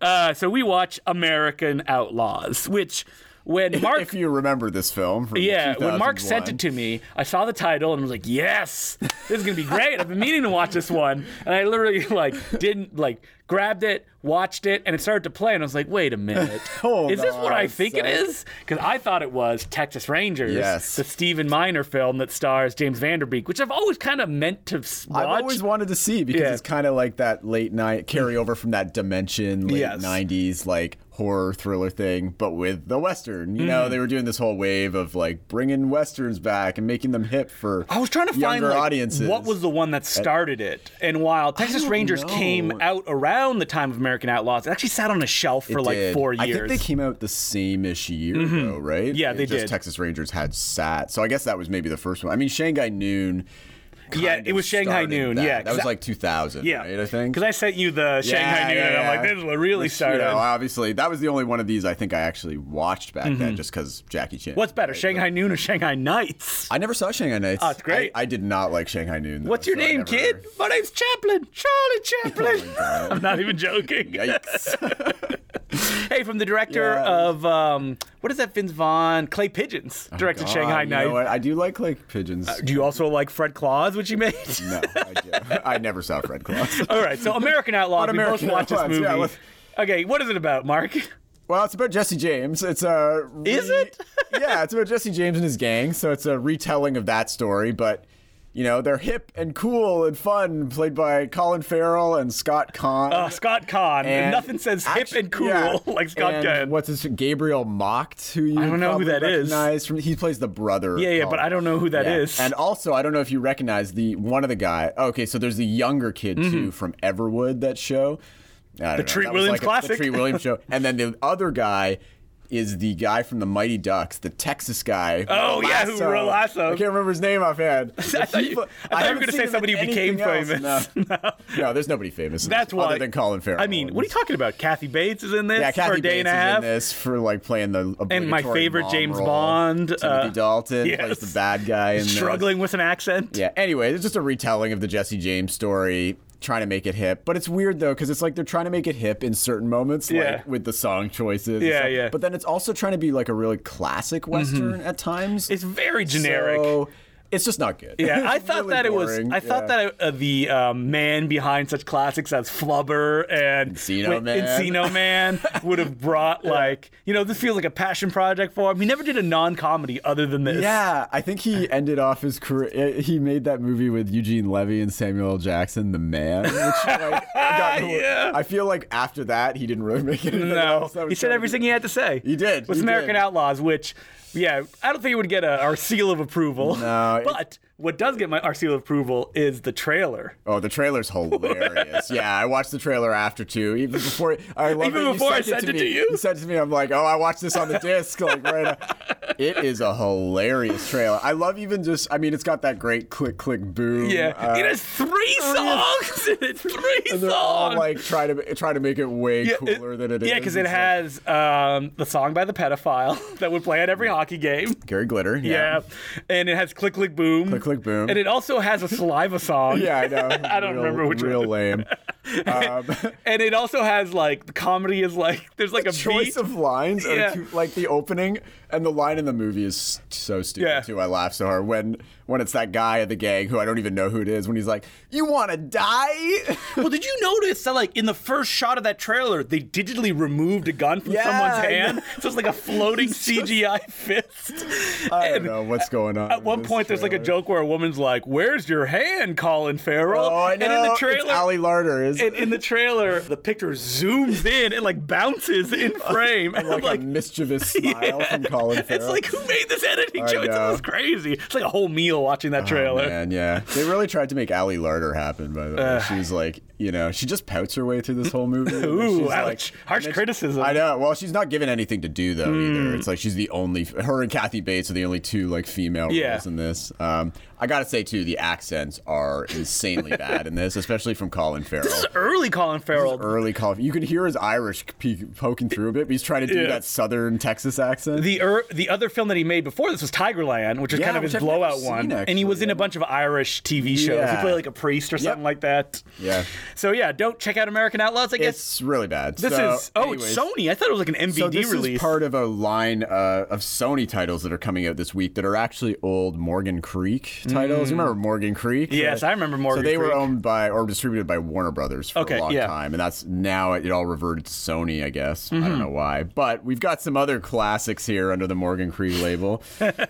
S2: Uh, so we watch American Outlaws, which when Mark
S3: if you remember this film, from
S2: yeah, when Mark
S3: 2001.
S2: sent it to me, I saw the title and was like, "Yes, this is gonna be great." I've been meaning to watch this one, and I literally like didn't like grabbed it, watched it, and it started to play, and I was like, "Wait a minute,
S3: <laughs> Hold
S2: is this what I
S3: on,
S2: think it
S3: son.
S2: is?" Because I thought it was Texas Rangers,
S3: Yes.
S2: the Stephen Miner film that stars James Vanderbeek, which I've always kind of meant to s- watch.
S3: I've always wanted to see because
S2: Yeah.
S3: it's kind of like that
S2: <laughs>
S3: late night carryover from that dimension late
S2: Yes.
S3: 90s like horror thriller thing but with the western. You
S2: Hmm.
S3: know, they were doing this whole wave of like bringing westerns back and making them hip for
S2: I was trying to find
S3: younger
S2: like,
S3: audiences.
S2: what was the one that started it. And while Texas
S3: don't
S2: Rangers came
S3: know.
S2: out around the time of American Outlaws, it actually sat on a shelf for
S3: It
S2: like
S3: did.
S2: four years. Mm-hmm.
S3: I think they came out the same ish year, though, right?
S2: Yeah,
S3: It
S2: they
S3: just
S2: did.
S3: Texas Rangers had sat, so I guess that was maybe the first one. I mean, Shanghai Noon. kind
S2: Yeah, it
S3: of
S2: was Shanghai
S3: started
S2: Noon,
S3: That.
S2: yeah, 'cause
S3: that was
S2: I-
S3: like 2000.
S2: yeah,
S3: right, I think.
S2: because I sent you the Shanghai Noon, and I'm like,
S3: yeah.
S2: this is what really
S3: Which,
S2: started.
S3: You know, obviously, that was the only one of these I think I actually watched back then, just because Jackie Chan.
S2: Mm-hmm. What's better,
S3: right?
S2: Shanghai Noon or Shanghai Nights?
S3: I never saw Shanghai Nights.
S2: Oh, it's great.
S3: I, I did not like Shanghai Noon. Though,
S2: What's your
S3: so I
S2: name,
S3: never- Oh
S2: kid? My name's Chaplin, Charlie Chaplin. <laughs> I'm not even joking.
S3: <laughs> Yikes.
S2: Hey, from the director
S3: Yeah.
S2: of um, what is that? Vince Vaughn, Clay Pigeons directed
S3: Oh, God,
S2: Shanghai
S3: you know
S2: Nights. Uh,
S3: what? I do like like pigeons.
S2: Do you also like Fred Claus, which he made?
S3: no, I, do. <laughs> I never saw
S2: <laughs>
S3: Fred Claus.
S2: All right, so
S3: <laughs>
S2: American Outlaws.
S3: What
S2: we
S3: American
S2: both watched this
S3: Outlaws?
S2: movie.
S3: Yeah, what-
S2: Okay, what is it about,
S3: <laughs>
S2: Mark?
S3: Well, it's about Jesse James. It's a re-
S2: Is it? <laughs>
S3: yeah, it's about Jesse James and his gang. So it's a retelling of that story, but you know they're hip and cool and fun, played by Colin Farrell and Scott Conn.
S2: Uh, Scott Kahn.
S3: And
S2: Nothing says hip
S3: actu-
S2: and cool
S3: yeah.
S2: <laughs> like Scott
S3: And
S2: Kahn.
S3: What's his Gabriel Mocked? Who you
S2: I don't know who
S3: probably
S2: that is.
S3: recognize From, he plays the brother. of
S2: Yeah, yeah,
S3: Colin.
S2: but I don't know who that
S3: Yeah.
S2: is.
S3: And also, I don't know if you recognize the one of the guy. Okay, so there's the younger kid too from Everwood that show. I don't know,
S2: Mm-hmm. Treat
S3: that was
S2: Williams
S3: like a-
S2: classic?
S3: The Treat
S2: <laughs>
S3: Williams show, and then the other guy. Is the guy from the Mighty Ducks, the Texas guy? who
S2: Oh, yeah, who
S3: Lasso-
S2: wrote Lasso.
S3: I can't remember his name offhand. I
S2: thought you- <laughs> I thought you were gonna say somebody who became famous. <laughs>
S3: No. No, there's nobody famous. in
S2: That's
S3: this,
S2: why.
S3: Other than Colin Farrell.
S2: I mean, what are you talking about? Kathy Bates is in this
S3: Yeah, Kathy
S2: for a day and
S3: Bates
S2: a
S3: is
S2: half.
S3: in this for like playing the
S2: And my
S3: obligatory
S2: favorite
S3: mom
S2: James
S3: role.
S2: Bond,
S3: Timothy
S2: uh,
S3: Dalton
S2: yes.
S3: plays the bad guy in this.
S2: Struggling with an accent.
S3: Yeah. Anyway, it's just a retelling of the Jesse James story, trying to make it hip. But it's weird though, because it's like they're trying to make it hip in certain moments,
S2: Yeah.
S3: like with the song choices. and
S2: Yeah,
S3: stuff.
S2: yeah. Mm-hmm.
S3: But then it's also trying to be like a really classic western at times.
S2: It's very generic.
S3: So it's just not good.
S2: yeah, I
S3: It's
S2: thought
S3: <laughs> really
S2: that it
S3: boring.
S2: was. I thought
S3: Yeah.
S2: that uh, the um, man behind such classics as Flubber and
S3: Encino
S2: wait,
S3: Man.
S2: Encino
S3: <laughs>
S2: Man would have brought like you know this feels like a passion project for him. He never did a non-comedy other than this.
S3: Yeah, I think
S2: <laughs>
S3: he ended off his career. eh, He made that movie with Eugene Levy and Samuel L. Jackson, The Man. Which, like,
S2: <laughs>
S3: got-
S2: Yeah.
S3: I feel like after that, he didn't really make it.
S2: <laughs> No, he said everything he had to say.
S3: He did,
S2: With
S3: he
S2: American
S3: did.
S2: Outlaws, which, yeah, I don't think it would get a, our seal of approval.
S3: No, it-
S2: but what does get my our seal of approval is the trailer.
S3: Oh, the
S2: <laughs>
S3: trailer's hilarious. yeah, I watched the trailer after too. Even before I love
S2: Even
S3: it, you
S2: before I
S3: sent
S2: sent it
S3: me.
S2: to you?
S3: You sent it to me. I'm like, oh, I watched this on the disc. Like right. Now. It is a hilarious trailer. I love even just. I mean, it's got that great click click boom.
S2: Yeah,
S3: uh,
S2: it has three songs. <laughs> in it. three
S3: and they're all
S2: songs.
S3: like try to try to make it way
S2: Yeah, it-
S3: cooler than it is.
S2: yeah, because it
S3: It's like-
S2: has um, the song by the pedophile <laughs> that would play at every
S3: Mm.
S2: hockey game.
S3: Gary Glitter.
S2: Yeah. and it has click click boom.
S3: Click, click, boom.
S2: And it also has a saliva song.
S3: <laughs> Yeah, I know.
S2: <laughs> I don't
S3: Real-
S2: remember which
S3: real
S2: one.
S3: lame. Um,
S2: And it also has like the comedy is like there's like a
S3: choice
S2: beat.
S3: of lines, are
S2: Yeah.
S3: too- like the opening and the line in the movie is st- so stupid
S2: Yeah.
S3: too. I laugh so hard when when it's that guy of the gang who I don't even know who it is when he's like, "You want to die?"
S2: Well, did you notice that, like, in the first shot of that trailer, they digitally removed a gun from
S3: Yeah,
S2: someone's
S3: I
S2: hand? So it's like a
S3: <laughs>
S2: floating CGI fist.
S3: I don't
S2: And
S3: know what's going on.
S2: At one point, there's like a joke where a woman's like, "Where's your hand, Colin Farrell?"
S3: Oh, I know.
S2: And in the
S3: it's
S2: trailer,
S3: Ali Larder is
S2: and in the trailer, the picture zooms in and like bounces
S3: <laughs>
S2: in frame. And I'm
S3: like,
S2: like, <laughs>
S3: a mischievous smile from Colin Farrell.
S2: it's like who made this editing
S3: I
S2: choice? This
S3: know. Oh,
S2: is crazy. It's like a whole meal feel watching that trailer.
S3: Man, yeah. They really tried to make Ali Larder happen, by the way. she's like, you know, she just pouts her way through this whole movie.
S2: <laughs>
S3: and
S2: Ooh,
S3: she's
S2: ouch. Harsh
S3: and then she-
S2: criticism.
S3: I know. Well, she's not given anything to do, though,
S2: Hmm.
S3: either. It's like she's the only, her and Kathy Bates are the only two, like, female
S2: Yeah.
S3: roles in this. Um, I gotta say, too, the accents
S2: <laughs>
S3: are insanely bad in this, especially from Colin Farrell.
S2: This is early Colin Farrell.
S3: Early Colin. You can hear his Irish pe- poking through a bit, but he's trying to do
S2: Yeah.
S3: that southern Texas accent.
S2: the er, the other film that he made before this was Tigerland, which was
S3: Yeah,
S2: kind of
S3: which
S2: his
S3: I've never
S2: blowout
S3: seen,
S2: one, and he
S3: actually,
S2: was in
S3: yeah.
S2: a bunch of Irish TV shows.
S3: Yeah.
S2: He played like a priest or something like that.
S3: Yeah.
S2: So yeah, don't check out American Outlaws. I guess
S3: it's really bad.
S2: this
S3: So,
S2: is oh
S3: anyways.
S2: it's Sony. I thought it was like an MVD
S3: so this
S2: release.
S3: is part of a line uh, of Sony titles that are coming out this week that are actually old Morgan Creek titles. You remember Morgan Creek?
S2: Mm. Yes, I remember Morgan
S3: So they were
S2: Creek.
S3: owned by or distributed by Warner Brothers for
S2: Okay,
S3: a long
S2: yeah.
S3: time, and that's now it, it all reverted to Sony, I guess. I
S2: Mm-hmm.
S3: don't know why, but we've got some other classics here under the Morgan Creek label,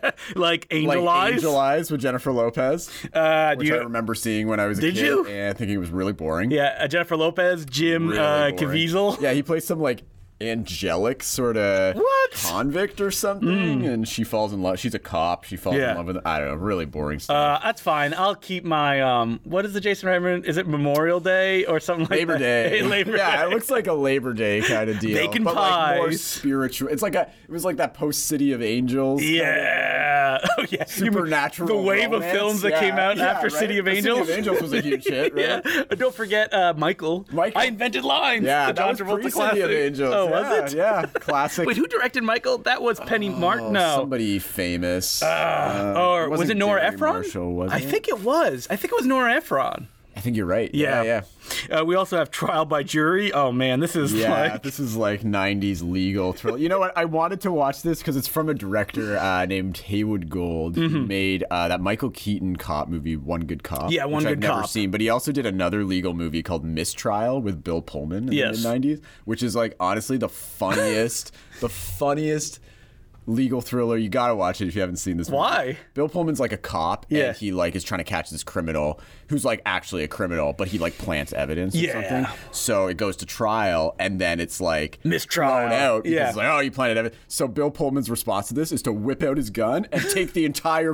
S2: like
S3: like
S2: <laughs> Angel Eyes.
S3: Angel Eyes with Jennifer Lopez,
S2: uh, do
S3: which I
S2: you,
S3: remember seeing when I was a
S2: Did
S3: kid,
S2: you?
S3: and thinking it was really boring.
S2: yeah, uh, Jennifer Lopez, Jim
S3: Really
S2: uh,
S3: boring.
S2: Caviezel.
S3: Yeah, he plays some like angelic sort of
S2: What? Mm.
S3: convict or something, and she falls in love. She's a cop. She falls
S2: Yeah.
S3: in love with I don't know, really boring stuff.
S2: Uh, <laughs> that's fine. I'll keep my um. What is the Jason Reitman? Is it Memorial Day or something like
S3: Labor
S2: that? <laughs>
S3: Day.
S2: Labor
S3: <laughs> yeah,
S2: Day.
S3: it looks like a Labor Day kind of deal.
S2: Bacon
S3: but like more
S2: pies.
S3: spiritual. It's like a. It was like that post City of Angels. kind
S2: <laughs>
S3: of
S2: Yeah. Oh yeah. You remember
S3: Supernatural.
S2: The wave of
S3: romance.
S2: films that
S3: Yeah,
S2: came out
S3: yeah,
S2: after
S3: right?
S2: City of
S3: The
S2: Angels.
S3: City of Angels was
S2: <laughs>
S3: a huge hit, right?
S2: yeah. Uh, Don't forget uh, Michael.
S3: Michael.
S2: I invented lines.
S3: Yeah,
S2: the
S3: that
S2: John
S3: was
S2: Travolta
S3: pre
S2: classic.
S3: City of Angels.
S2: Oh,
S3: yeah,
S2: was it? <laughs>
S3: Yeah, classic.
S2: Wait, who directed Michael? That was Penny Martin. No.
S3: Somebody famous.
S2: Uh, or was it
S3: wasn't
S2: Nora
S3: Gary
S2: Ephron?
S3: Marshall, was
S2: I
S3: it?
S2: think it was. I think it was Nora Ephron.
S3: I think you're right.
S2: Yeah.
S3: yeah.
S2: Uh, we also have trial by jury. Oh man, this is
S3: Yeah,
S2: like
S3: this is like '90s legal thriller. You know what? I wanted to watch this because it's from a director uh, named Haywood Gold, who made uh, that Michael Keaton cop movie, One Good Cop.
S2: Mm-hmm. Yeah, One
S3: which
S2: Good
S3: I've never
S2: Cop.
S3: seen, but he also did another legal movie called Mistrial with Bill Pullman in
S2: Yes.
S3: the mid '90s, which is like honestly the funniest,
S2: <laughs>
S3: the funniest. Legal thriller, you gotta watch it if you haven't seen this. movie.
S2: Why?
S3: Bill Pullman's like a cop,
S2: Yeah.
S3: and he like is trying to catch this criminal who's like actually a criminal, but he like plants evidence or
S2: Yeah.
S3: something. So it goes to trial, and then it's like
S2: mistrial.
S3: thrown out because
S2: Yeah.
S3: it's like, oh, you planted evidence. So Bill Pullman's response to this is to whip out his gun and take the entire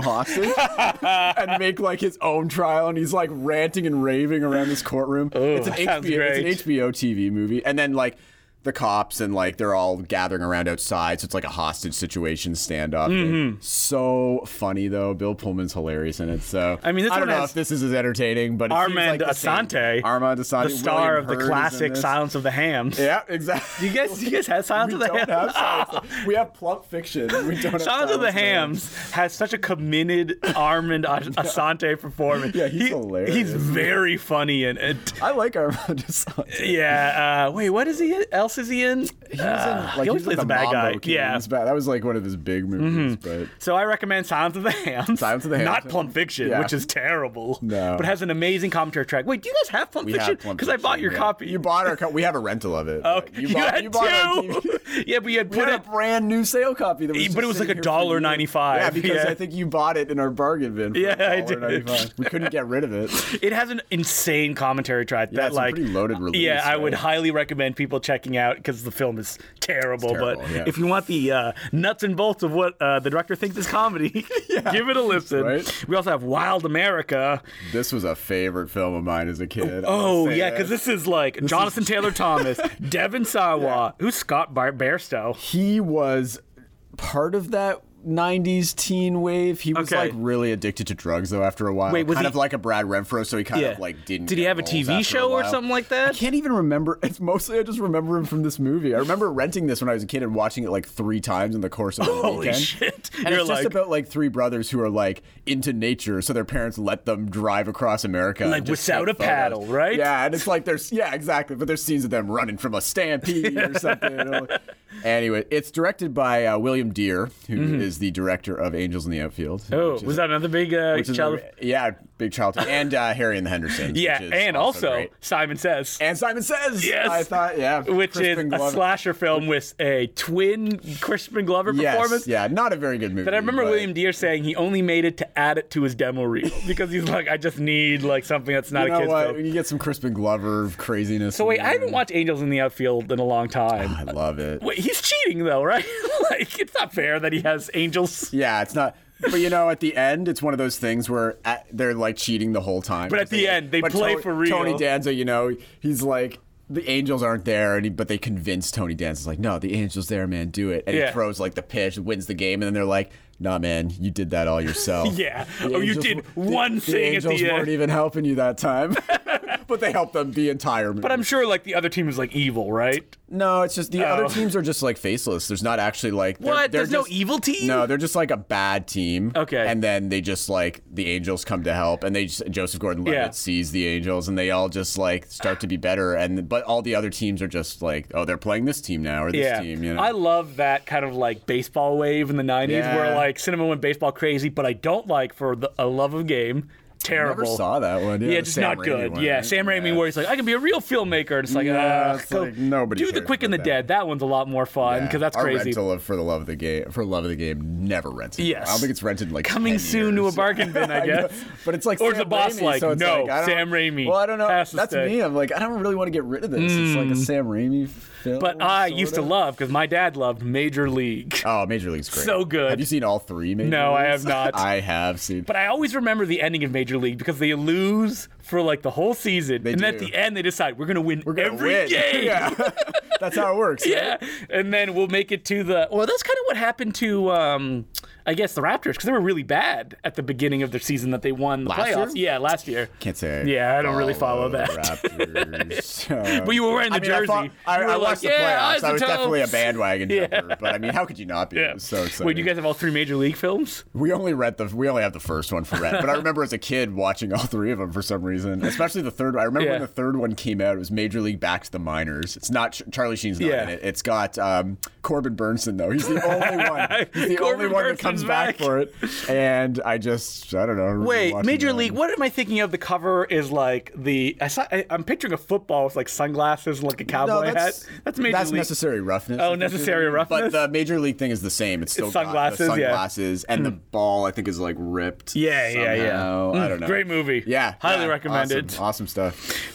S2: <laughs>
S3: hostage and make like his own trial. And he's like ranting and raving around this courtroom. it's, an
S2: that sounds
S3: HBO, it's an
S2: great.
S3: HBO TV movie. And then like the cops and like they're all gathering around outside. So it's like a hostage situation standoff.
S2: Mm-hmm.
S3: thing. So funny though. Bill Pullman's hilarious in it. So
S2: I mean, this
S3: I don't
S2: one
S3: know
S2: has
S3: if this is as entertaining, but it seems
S2: Armand
S3: like the same-
S2: Asante,
S3: Armand Asante,
S2: the star
S3: William
S2: of the
S3: Hurt is in
S2: classic
S3: this.
S2: Silence of the Hams.
S3: Yeah, exactly.
S2: You guys, you guys had Silence
S3: We
S2: of the
S3: don't
S2: Hams.
S3: have
S2: <laughs>
S3: Silence. We have Plump Fiction. We don't have
S2: Sons of the
S3: Silence Man.
S2: Hams has such a committed Armand
S3: <laughs>
S2: As- Asante performance.
S3: Yeah, he's hilarious.
S2: He's very funny in it.
S3: I like Armand <laughs> Asante.
S2: Yeah. Uh, wait, what is he? In? Else is he in? Uh,
S3: He was in, like,
S2: he always plays
S3: the
S2: a bad
S3: Mambo
S2: guy.
S3: Kings,
S2: Yeah. Mm-hmm.
S3: but that was like one of his big movies. But
S2: So I recommend Silence of the Hams.
S3: Silence of the Hams.
S2: Not Plump Fiction,
S3: Yeah.
S2: which is terrible.
S3: No.
S2: But has an amazing commentary track. Wait, do you guys have Plump
S3: we
S2: Fiction?
S3: have Plump
S2: I bought
S3: Fiction,
S2: your
S3: yeah.
S2: copy.
S3: You bought our. Co- we have a rental of it.
S2: Oh, <laughs>
S3: Like,
S2: you,
S3: bought,
S2: had
S3: you bought our
S2: two. <laughs>
S3: DVD.
S2: yeah, but you had
S3: We
S2: put
S3: had a
S2: up.
S3: brand new sale copy. That was
S2: Yeah, but
S3: just
S2: it was
S3: sitting
S2: like a
S3: here for
S2: dollar
S3: years.
S2: 95,
S3: Yeah, because
S2: yeah.
S3: I think you bought it in our bargain bin. For
S2: Yeah, I did.
S3: $1.95. We couldn't get rid of it.
S2: <laughs> It has an insane commentary track
S3: Yeah,
S2: that
S3: it's
S2: like uh,
S3: a pretty loaded release.
S2: yeah, I would
S3: right?
S2: highly recommend people checking out because the film is terrible.
S3: terrible,
S2: but
S3: yeah.
S2: if you want the uh, nuts and bolts of what uh, the director thinks is comedy, <laughs> give it a listen.
S3: Right?
S2: We also have Wild America.
S3: This was a favorite film of mine as a kid. I'll
S2: Oh
S3: say uh,
S2: yeah,
S3: that.
S2: because this is like
S3: <laughs>
S2: Jonathan Taylor Thomas, Devin Sawa, who's Scott Bar- Bairstow.
S3: he was part of that 90s teen wave. He was
S2: Okay.
S3: like really addicted to drugs though after a while.
S2: Wait, was
S3: kind
S2: he-
S3: of like a Brad Renfro, so he kind
S2: Yeah.
S3: of like didn't
S2: Did he
S3: get
S2: have a
S3: roles
S2: TV
S3: after
S2: show or
S3: while.
S2: something like
S3: I
S2: that?
S3: can't even remember. It's mostly I just remember him from this movie. I remember renting this when I was a kid and watching it like three times in the course of the
S2: Holy
S3: weekend.
S2: shit!
S3: And
S2: You're
S3: it's
S2: like
S3: just about like three brothers who are like into nature, so their parents let them drive across America, and
S2: Like,
S3: just
S2: without
S3: take
S2: a paddle,
S3: photos.
S2: right?
S3: Yeah, and it's like there's yeah, exactly. But there's scenes of them running from a
S2: <laughs>
S3: stampede or something. anyway, it's directed by uh, William Deere, who is the director of Angels in the Outfield.
S2: Mm-hmm. oh,
S3: which is-
S2: was that another big uh,
S3: which is
S2: child?
S3: a- <laughs> yeah, big child, and uh, Harry and the Hendersons.
S2: yeah,
S3: which is
S2: and also,
S3: great.
S2: Simon Says.
S3: and Simon Says.
S2: Yes.
S3: I thought yeah,
S2: which
S3: Crispin
S2: is a
S3: Glover.
S2: slasher film with a twin Crispin Glover
S3: Yes,
S2: performance.
S3: yeah, not a very good movie.
S2: But I remember
S3: but-
S2: William Deere saying he only made it to add it to his demo reel <laughs> because he's like, I just need like something that's not
S3: You
S2: a
S3: know
S2: kid's
S3: what? Mm.
S2: film.
S3: When you get some Crispin Glover craziness.
S2: So wait,
S3: in
S2: I
S3: there.
S2: haven't watched Angels in the Outfield in a long time.
S3: I love it.
S2: <laughs>
S3: <laughs>
S2: Wait, he's cheating though, right? like it's not fair that he has angels. <laughs>
S3: Yeah, it's not. but you know, at the end, it's one of those things where at, they're like cheating the whole time.
S2: But at the end, they
S3: But
S2: play
S3: Tony-
S2: for real.
S3: Tony Danza, you know, he's like. The angels aren't there, and he, but they convince Tony Danza's like, no, the angels there, man, do it. And
S2: Yeah.
S3: he throws like the pitch, wins the game, and then they're like, nah, man, you did that all
S2: <laughs>
S3: yourself.
S2: Yeah.
S3: The
S2: Oh, you
S3: angels-
S2: did
S3: the-
S2: one thing at
S3: The angels
S2: the
S3: weren't e-
S2: end.
S3: even helping you that time, <laughs> but they helped them the entire movie.
S2: But I'm sure like the other team is like evil, right?
S3: No, it's just the
S2: Oh.
S3: other teams are just like faceless. There's not actually like they're-
S2: What?
S3: they're
S2: There's no
S3: just-
S2: evil team?
S3: No, they're just like a bad team.
S2: Okay.
S3: and then they just like the angels come to help, and they just, Joseph Gordon-Levitt
S2: Yeah.
S3: sees the angels, and they all just like start to be better. And but all the other teams are just like, oh, they're playing this team now or this
S2: Yeah,
S3: team. You know,
S2: I love that kind of like baseball wave in the '90s, where
S3: Yeah.
S2: like cinema went baseball crazy. But I don't like for the, a love of game, terrible.
S3: never saw that one.
S2: yeah,
S3: the
S2: just
S3: Sam
S2: not
S3: Raimi
S2: good.
S3: one,
S2: yeah,
S3: right?
S2: Sam Raimi, where he's like, I can be a real filmmaker, and it's like,
S3: Yeah,
S2: uh,
S3: it's like nobody
S2: do the
S3: cares
S2: quick and the
S3: about that.
S2: dead. That one's a lot more fun
S3: Yeah.
S2: because that's
S3: Our
S2: crazy.
S3: rental of for the love of the game for love of the game never rented.
S2: Yes.
S3: I don't think it's rented in like
S2: Coming
S3: 10
S2: soon to a
S3: years.
S2: bargain bin, I
S3: <laughs> I know,
S2: guess.
S3: But it's like
S2: Or
S3: Sam
S2: the boss
S3: Raimi,
S2: like,
S3: so it's
S2: no,
S3: like, I don't-
S2: Sam Raimi
S3: Well, I don't know.
S2: has to
S3: That's
S2: stay.
S3: me. I'm like, I don't really want to get rid of this. It's like a Sam Raimi film.
S2: Mm. But I used to
S3: sorta.
S2: love because my dad loved Major League.
S3: Oh, Major League's great.
S2: So good.
S3: Have you seen all three? Major
S2: No, I
S3: Leagues?
S2: have not.
S3: I have seen.
S2: But I always remember the ending of Major League because they lose for like the whole season, and then at
S3: do.
S2: the end they decide we're gonna win
S3: We're gonna
S2: every
S3: win.
S2: game.
S3: <laughs> yeah, that's how it works. right?
S2: Yeah, and then we'll make it to the. Well, that's kind of what happened to, um, I guess, the Raptors because they were really bad at the beginning of their season that they won the
S3: Last year?
S2: playoffs. Yeah, last year.
S3: Can't say.
S2: Yeah, I don't really follow
S3: the
S2: that. <laughs>
S3: Raptors.
S2: But you were wearing the
S3: I mean, I,
S2: jersey.
S3: fo- I,
S2: You were
S3: I
S2: like,
S3: watched
S2: "Yeah,
S3: the playoffs. I was
S2: Isotopes."
S3: definitely a
S2: <laughs>
S3: bandwagon
S2: Yeah.
S3: jumper. But I mean, how could you not be? It
S2: Yeah.
S3: was so exciting.
S2: Wait, you guys have all three major league films?
S3: We only rent the we only have the first one for rent,
S2: <laughs>
S3: but I remember as a kid watching all three of them for some reason, especially the third. one. I remember
S2: Yeah.
S3: when the third one came out. It was Major League back to the minors. It's not Ch- Charlie Sheen's not
S2: Yeah.
S3: in it. It's got um, Corbin Burnson though. He's the
S2: <laughs>
S3: only one. He's the only
S2: Corbin
S3: one that
S2: Burnson's
S3: comes back.
S2: back.
S3: for it. And I just I don't know. I remember
S2: Wait,
S3: watching
S2: Major
S3: that.
S2: League. What am I thinking of? The cover is like the I saw, I, I'm picturing a football with like sunglasses and like a
S3: No,
S2: cowboy
S3: that's,
S2: hat. That's Major
S3: that's
S2: League.
S3: necessary roughness. I
S2: Oh,
S3: think is
S2: necessary
S3: it.
S2: roughness?
S3: But the major league thing is the same. It's still got
S2: sunglasses, yeah. Hmm.
S3: the sunglasses, and the ball I think is like ripped.
S2: Yeah, yeah, yeah.
S3: somehow. I
S2: Mm,
S3: don't know.
S2: great movie.
S3: Yeah,
S2: Highly
S3: yeah,
S2: recommend it.
S3: Awesome, awesome stuff.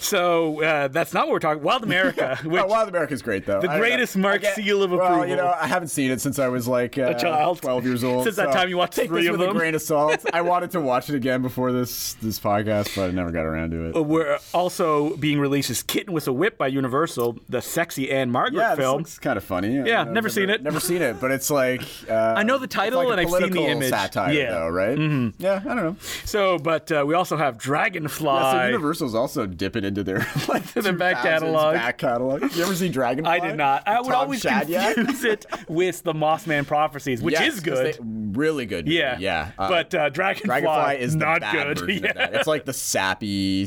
S2: <laughs> so uh, that's not what we're talking. Wild America, which
S3: oh, <laughs> Wild America's great though.
S2: the
S3: I don't
S2: greatest
S3: know.
S2: Mark
S3: Again,
S2: seal of
S3: well,
S2: approval.
S3: you know, I haven't seen it since I was like uh,
S2: child.
S3: twelve years old.
S2: Since that
S3: so
S2: time you watched
S3: take
S2: three
S3: this
S2: of
S3: with
S2: them.
S3: A grain
S2: <laughs>
S3: of salt. I wanted to watch it again before this this podcast, but I never got around to it.
S2: We're also being released as Kitten with a Whip by Universal, the sexy Anne Margaret
S3: yeah,
S2: film.
S3: it's kind of funny. I don't
S2: Yeah,
S3: know,
S2: never seen it.
S3: Never seen it, but
S2: <laughs>
S3: it's like uh, I
S2: know the title and I've seen the image.
S3: Satire,
S2: Yeah.
S3: though, right? Mm-hmm. Yeah, I don't know.
S2: So, but uh, we also have Dragonfly.
S3: Yeah, so Universal's also dipping into their <laughs> like
S2: Their back
S3: 2000s
S2: catalog.
S3: Back catalog. You ever see Dragonfly?
S2: I did not. I would
S3: Tom
S2: always
S3: Shadyac?
S2: confuse
S3: <laughs>
S2: it with the Mothman Prophecies, which
S3: Yes,
S2: is
S3: 'cause
S2: good.
S3: they- really good. movie,
S2: yeah,
S3: yeah. uh,
S2: but uh, Dragonfly,
S3: Dragonfly is the
S2: not
S3: bad
S2: good. <laughs>
S3: version
S2: Yeah.
S3: of that. It's like the sappy,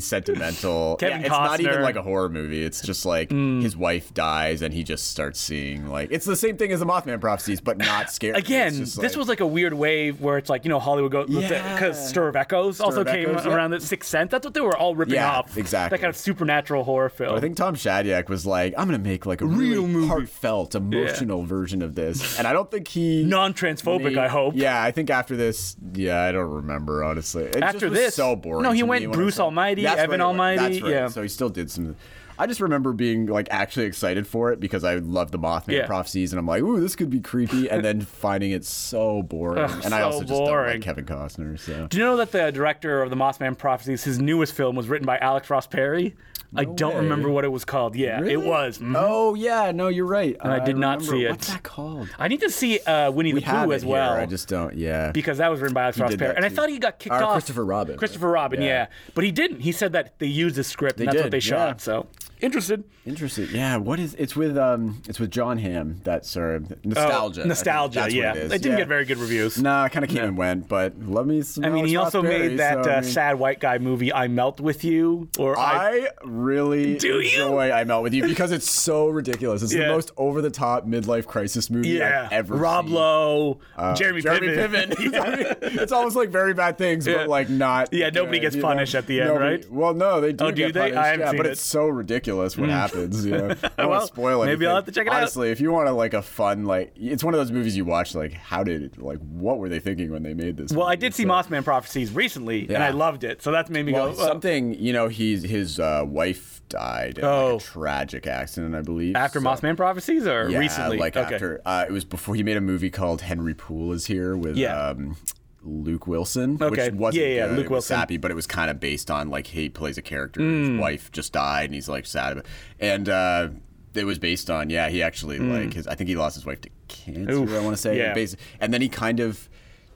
S2: <laughs>
S3: sentimental.
S2: Kevin
S3: yeah, it's not even
S2: Costner. Mm.
S3: like a horror movie. It's just like his wife dies and he just starts seeing like it's the same thing as the Mothman prophecies,
S2: <laughs>
S3: but not scary.
S2: Again, this was like a weird wave where it's like you know Hollywood goes because
S3: Yeah.
S2: Stir of Echoes also
S3: of
S2: came
S3: Echoes, yeah.
S2: around that Sixth Sense. That's what they were all ripping
S3: Yeah,
S2: off.
S3: exactly.
S2: That kind of supernatural horror film.
S3: I think Tom Shadyac was like, I'm gonna make like a real
S2: movie.
S3: heartfelt, emotional version of this, and I don't
S2: <laughs>
S3: think he
S2: non-transphobic.
S3: made-
S2: I hope.
S3: Yeah, I think after this, yeah, I don't remember honestly. It
S2: After
S3: just was
S2: this-
S3: so boring.
S2: no, he
S3: to me
S2: went
S3: when I
S2: Bruce
S3: saw it.
S2: Almighty,
S3: That's
S2: Evan
S3: right, he went-
S2: Almighty,
S3: That's right.
S2: yeah.
S3: So he still did some. I just remember being like actually excited for it because I loved the Mothman
S2: Yeah.
S3: prophecies, and I'm like, ooh, this could be creepy,
S2: <laughs>
S3: and then finding it so boring. and I
S2: so
S3: also just don't
S2: boring.
S3: like Kevin Costner. So
S2: Do you know that the director of the Mothman Prophecies, his newest film, was written by Alex Ross Perry? I don't
S3: way.
S2: remember what it was called. Yeah, it
S3: Really?
S2: was. Mhm.
S3: Oh yeah, no, you're right. And
S2: I did not see it.
S3: What's that called?
S2: I need to see uh, Winnie
S3: We
S2: the
S3: have
S2: Pooh
S3: it
S2: as well.
S3: Here. I just don't. Yeah.
S2: because that was written by Alex Ross
S3: did
S2: Perry,
S3: that
S2: and I
S3: too.
S2: thought he got kicked
S3: Or
S2: off.
S3: Christopher Robin.
S2: Christopher Robin, yeah.
S3: Yeah.
S2: but he didn't. He said that they used his script, and that's what
S3: did,
S2: they
S3: yeah.
S2: shot. So interested.
S3: Interesting. Yeah. What is? It's with um. It's with John Hamm. That sorry. Nostalgia. I think
S2: Oh, nostalgia.
S3: that's what
S2: yeah,
S3: it is.
S2: they didn't
S3: Yeah.
S2: get very good reviews.
S3: <laughs> Nah, kind of came and went, but love me. Some
S2: I mean, he
S3: Alex
S2: also
S3: Ross Perry,
S2: made that
S3: so, I
S2: uh,
S3: mean-
S2: sad white guy movie, "I Melt with You," or I.
S3: I really
S2: Do you?
S3: enjoy I Melt With You because it's so ridiculous. It's
S2: Yeah.
S3: the most over the top midlife crisis movie
S2: yeah,
S3: I've ever
S2: Rob
S3: seen.
S2: Lowe,
S3: Uh,
S2: Jeremy, Piven.
S3: <laughs>
S2: <laughs>
S3: I mean, it's almost like very bad things,
S2: Yeah.
S3: but like not.
S2: Yeah, nobody
S3: good,
S2: gets
S3: you know?
S2: punished at the end,
S3: Nobody-
S2: right?
S3: Well, no, they do.
S2: Oh, do
S3: get
S2: they? I
S3: Punished,
S2: haven't
S3: yeah,
S2: seen
S3: but
S2: it. Mm.
S3: it's so ridiculous what happens.
S2: <laughs>
S3: You know? I don't
S2: Well,
S3: want to spoil anything.
S2: maybe I'll have to check it out.
S3: Honestly, if you want to like a fun like, it's one of those movies you watch. Like, how did it, like what were they thinking when they made this?
S2: Well, I
S3: movie?
S2: did see
S3: So-
S2: Mothman Prophecies recently, and
S3: Yeah.
S2: I loved it. So that's made me
S3: Well,
S2: go. uh,
S3: something you know, he's his uh, wife died in like,
S2: Oh.
S3: a tragic accident, I believe.
S2: after
S3: so-
S2: Mothman Prophecies, or
S3: yeah,
S2: recently?
S3: like
S2: okay.
S3: after uh, it was before he made a movie called Henry Poole is here with
S2: Yeah.
S3: um, Luke Wilson,
S2: Okay.
S3: which wasn't
S2: Yeah, yeah,
S3: good.
S2: Luke
S3: It was
S2: Wilson. Hmm.
S3: sappy, but it was kind of based on like he plays a character. His wife just died, and he's like sad about. And uh, it was based on yeah, he actually like his. I think he lost his wife to cancer.
S2: Hmm. Oof,
S3: I want to say
S2: yeah.
S3: Basi- and then he kind of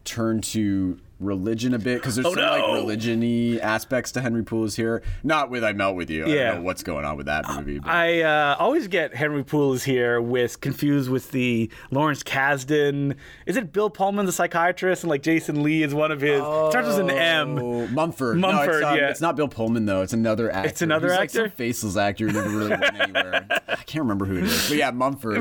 S3: turned to religion a bit because there's
S2: Oh,
S3: some like
S2: no!
S3: religion-y aspects to Henry Poole's here. Not with I melt with you. I
S2: Yeah.
S3: don't know what's going on with that movie. But.
S2: I uh, always get Henry Poole is here with confused with the Lawrence Kasdan. Is it Bill Pullman, the psychiatrist, and like Jason Lee is one of his? It starts with an M.
S3: Oh, Mumford. no,
S2: Um, Mumford,
S3: it's, um,
S2: yeah.
S3: it's not Bill Pullman though. It's another actor.
S2: another
S3: He's
S2: actor?
S3: Like some faceless actor who never really
S2: <laughs>
S3: went anywhere. I can't remember who it is. But yeah, Mumford.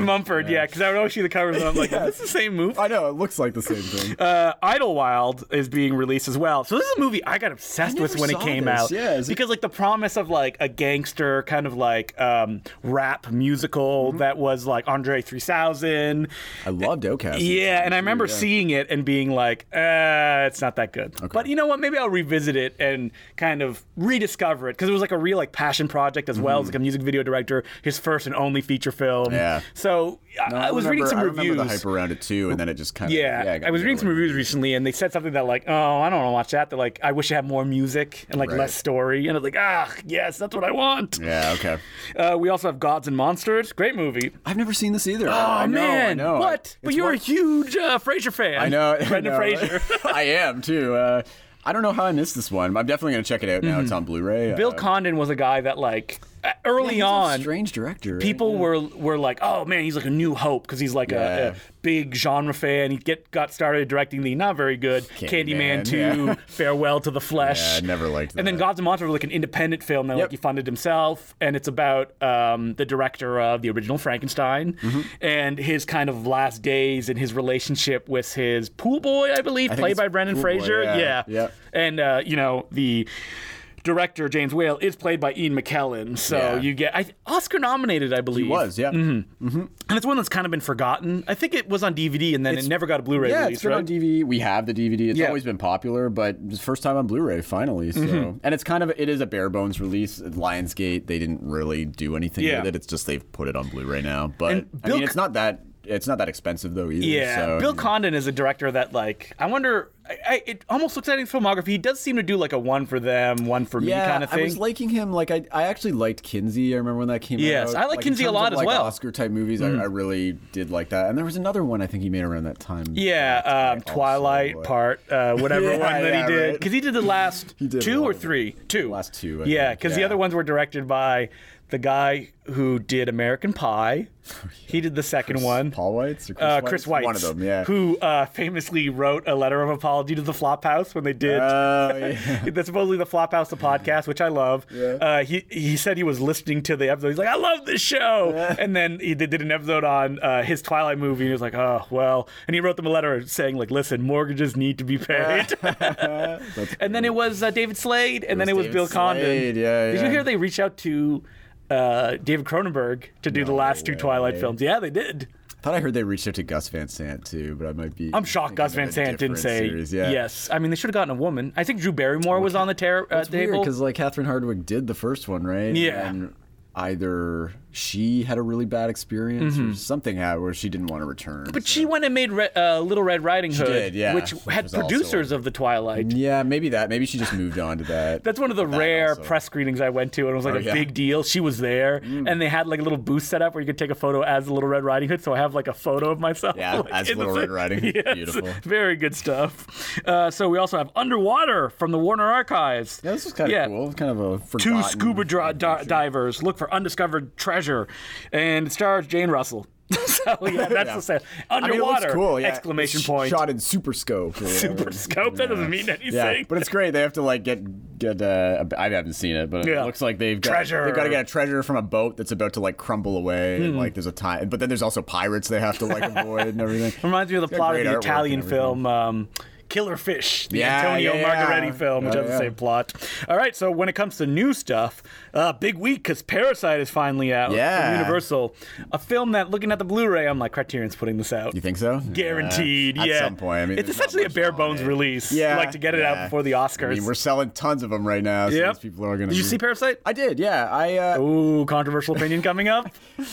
S2: <laughs> Mumford, yeah, because I would always see the covers and I'm
S3: <laughs>
S2: like, is this the same movie?
S3: I know it looks like the same thing.
S2: uh, Idlewild is being released as well. So this is a movie I got obsessed
S3: I
S2: with
S3: never
S2: when it
S3: saw
S2: came
S3: this.
S2: out.
S3: Yeah, is it-
S2: because like the promise of like a gangster kind of like um, rap musical
S3: Mm-hmm.
S2: that was like Andre 3000.
S3: I loved Outcast.
S2: Yeah, and I remember seeing it and being like, uh, it's not that good. But you know what? Maybe I'll revisit it and kind of rediscover it because it was like a real like passion project as well as like a music video director, his first and only feature film.
S3: Mm-hmm. Yeah.
S2: So I, I was reading
S3: remember-
S2: some
S3: I
S2: reviews.
S3: remember the hype around it too, and then it just kind of
S2: Yeah, I,
S3: got
S2: was reading some
S3: away.
S2: reviews recently, and they said something that like, oh, I don't want to watch that. They're like, I wish it had more music and like
S3: Right.
S2: less story. And I was like, ah, yes, that's what I want.
S3: Yeah, okay.
S2: Uh, we also have Gods and Monsters, great movie.
S3: I've never seen this either. Oh
S2: oh man,
S3: I know.
S2: what? But
S3: It's
S2: you're
S3: one-
S2: a huge uh, Frasier fan.
S3: I know. I
S2: <laughs> Brendan
S3: know.
S2: Fraser.
S3: <laughs> I am too. Uh, I don't know how I missed this one. I'm definitely gonna check it out now. It's on Blu-ray.
S2: Mm-hmm. Bill
S3: uh,
S2: Condon was a guy that like uh,
S3: yeah,
S2: early
S3: he's a
S2: on.
S3: strange director. right?
S2: People were were like, "Oh man, he's like a new hope because he's like a,
S3: Yeah.
S2: a big genre fan. He get got started directing the not very good Candyman,
S3: Candyman,
S2: 2,
S3: yeah.
S2: Farewell <laughs> to the Flesh.
S3: Yeah, I never liked.
S2: And then
S3: that.
S2: Gods and Monsters was like an independent film that like
S3: Yep.
S2: he funded himself, and it's about um, the director of the original Frankenstein
S3: Mm-hmm.
S2: and his kind of last days and his relationship with his pool boy, I believe,
S3: think
S2: played
S3: it's
S2: by Brendan
S3: pool boy,
S2: Fraser.
S3: yeah,
S2: yeah.
S3: yep.
S2: And uh, you know the director James Whale is played by Ian McKellen, so
S3: Yeah.
S2: you get I, Oscar nominated, I believe.
S3: It was yeah.
S2: Mm-hmm. and it's one that's kind of been forgotten. I think it was on DVD and then it never got a Blu-ray
S3: Yeah,
S2: release,
S3: it's been
S2: right?
S3: on DVD. We have the DVD. It's
S2: Yeah.
S3: always been popular, but it's first time on Blu-ray finally. So,
S2: Mm-hmm.
S3: and it's kind of it is a bare bones release. Lionsgate they didn't really do anything
S2: Yeah.
S3: with it. It's just they've put it on Blu-ray now. But
S2: And
S3: I
S2: Bill
S3: mean, it's not that it's not that expensive though either.
S2: Yeah,
S3: so,
S2: Bill Condon is a director that like I wonder. I, I, it almost looks at his filmography. He does seem to do like a one for them, one for me
S3: yeah,
S2: kind of
S3: I
S2: thing.
S3: was liking him. Like I, I actually liked Kinsey. I remember when that came out.
S2: Yes, I like
S3: in
S2: Kinsey a
S3: terms
S2: lot
S3: of,
S2: as
S3: like,
S2: well. Mm.
S3: Oscar type movies, I, I really did like that. And there was another one I think he made around that time.
S2: yeah, um,
S3: also
S2: Twilight
S3: liked.
S2: part, uh, whatever
S3: <laughs> Yeah,
S2: one that
S3: yeah,
S2: he did,
S3: right.
S2: because he did the
S3: <laughs>
S2: last
S3: did a
S2: two
S3: lot
S2: or
S3: of them.
S2: three, two.
S3: Last two, I
S2: yeah,
S3: think,
S2: because the
S3: yeah.
S2: other ones were directed by the guy who did American
S3: <laughs>
S2: Pie. He did the second one.
S3: Oh, Paul White's or Chris,
S2: uh,
S3: White's?
S2: Chris White,
S3: One of them, yeah.
S2: who uh, famously wrote a letter of apology to the Flophouse when they did
S3: Oh, yeah.
S2: <laughs> That's supposedly the Flophouse, the podcast, which I love. Uh, he he said he was listening to the episode. He's like, I love this show. And then he did, did an episode on uh, his Twilight movie, and he was like, Oh well. And he wrote them a letter saying like, Listen, mortgages need to be
S3: <laughs>
S2: paid. and then it was uh, David Slade, and then it was
S3: David
S2: Bill Condon.
S3: Slade, yeah,
S2: Did you
S3: yeah.
S2: hear they reached out to uh, David Cronenberg to do the last two Twilight films? Yeah, they did.
S3: Thought I heard they reached out to Gus Van Sant too, but I might be.
S2: I'm shocked Gus Van Sant didn't say yes. I mean, they should have gotten a woman. I think Drew Barrymore was on the ter- uh,
S3: It's weird
S2: table.
S3: because like Catherine Hardwick did the first one, right?
S2: Yeah.
S3: And either she had a really bad experience or something had where she didn't want to return.
S2: Mm-hmm. But she went and made Re- uh, Little Red Riding Hood,
S3: did, yeah.
S2: which
S3: Which
S2: had
S3: was also-
S2: producers of the Twilight.
S3: yeah, maybe that. Maybe she just moved on to that.
S2: That's one of the
S3: That
S2: rare
S3: also.
S2: press screenings I went to, and it was like
S3: Oh,
S2: a
S3: yeah. Mm.
S2: big deal. She was there, and they had like a little booth set up where you could take a photo as Little Red Riding Hood. So I have like a photo of myself. <laughs>
S3: Yeah,
S2: like,
S3: as
S2: in the
S3: Little Red
S2: thing.
S3: Riding Hood.
S2: Yes.
S3: Beautiful.
S2: Very good stuff. Uh, so we also have Underwater from the Warner Archives.
S3: Yeah, this is kind of
S2: Yeah.
S3: cool. Kind of a
S2: two
S3: forgotten
S2: scuba dra- di-
S3: adventure.
S2: divers look for undiscovered treasure, and it stars Jane Russell. <laughs> so yeah, that's
S3: Yeah.
S2: the set.
S3: I mean, it
S2: Underwater!
S3: looks cool. Yeah.
S2: Exclamation
S3: It's
S2: point!
S3: Shot in super scope. or whatever.
S2: <laughs> Super scope. That doesn't mean anything.
S3: Yeah, but it's great. They have to like get get. Uh, I haven't seen it, but
S2: Yeah.
S3: it looks like they've got,
S2: Treasure. Hmm.
S3: They've got to get a treasure from a boat that's about to like crumble away, and like there's a time. But then there's also pirates they have
S2: <laughs>
S3: to like avoid and everything.
S2: reminds me of the
S3: got
S2: plot of
S3: great
S2: the
S3: artwork
S2: Italian
S3: and everything.
S2: film um, Killer Fish, the
S3: Yeah,
S2: Antonio
S3: yeah, yeah.
S2: Margaretti film, which
S3: Yeah,
S2: has the
S3: yeah.
S2: same plot. All right, so when it comes to new stuff, uh, big week because Parasite is finally out. from
S3: Yeah.
S2: Universal, a film that looking at the Blu-ray, I'm like, Criterion's putting this out.
S3: You think so?
S2: Guaranteed,
S3: At
S2: yeah.
S3: some point, I mean,
S2: it's
S3: there's not
S2: essentially a
S3: much
S2: bare
S3: on
S2: bones
S3: it.
S2: release.
S3: Yeah,
S2: like to get it out
S3: yeah.
S2: before the Oscars.
S3: I mean, we're selling tons of them right now. So
S2: Yep.
S3: these people are gonna.
S2: Did you
S3: be-
S2: see Parasite?
S3: I did. Yeah. I uh, <laughs>
S2: Ooh, controversial opinion coming up.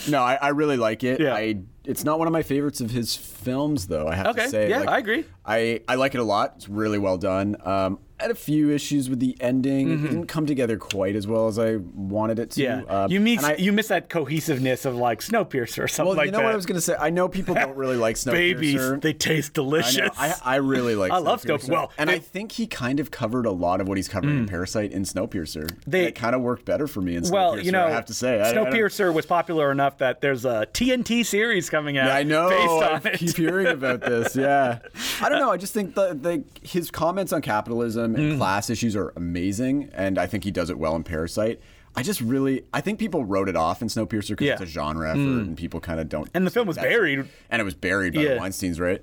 S3: no, I, I really like it.
S2: Yeah.
S3: I it's not one of my favorites of his films, though. I have
S2: Okay,
S3: to say,
S2: yeah,
S3: Like,
S2: I agree.
S3: I, I like it a lot. It's really well done. Um, I had a few issues with the ending. It didn't come together quite as well as I wanted it to.
S2: Mm-hmm. Yeah,
S3: Um,
S2: you miss
S3: and I-
S2: you miss that cohesiveness of like Snowpiercer or something
S3: Well,
S2: like
S3: you know
S2: that.
S3: what I was gonna say. I know people don't
S2: <laughs>
S3: really like Snowpiercer.
S2: Babies, they taste
S3: I,
S2: delicious.
S3: know. I, I really like.
S2: I love
S3: Snowpiercer.
S2: Snowpiercer. Well,
S3: and
S2: they-
S3: I think he kind of covered a lot of what he's covered in Parasite in Snowpiercer.
S2: They-
S3: They it kind of worked better for me in Snowpiercer.
S2: <laughs> well, you know,
S3: I have to say, I- I don't-
S2: Snowpiercer was popular enough that there's a TNT series coming out.
S3: Yeah, I know.
S2: Based on
S3: <laughs> I
S2: it.
S3: keep hearing about
S2: <laughs>
S3: this. Yeah, I don't know. I just think that the, his comments on capitalism
S2: Mm.
S3: and class issues are amazing, and I think he does it well in Parasite. I just really, I think people wrote it off in Snowpiercer because
S2: Yeah. Mm.
S3: it's a genre effort, and people kind of don't.
S2: And the film was
S3: that's-
S2: buried.
S3: and it was buried by
S2: Yeah.
S3: the Weinstein's, right?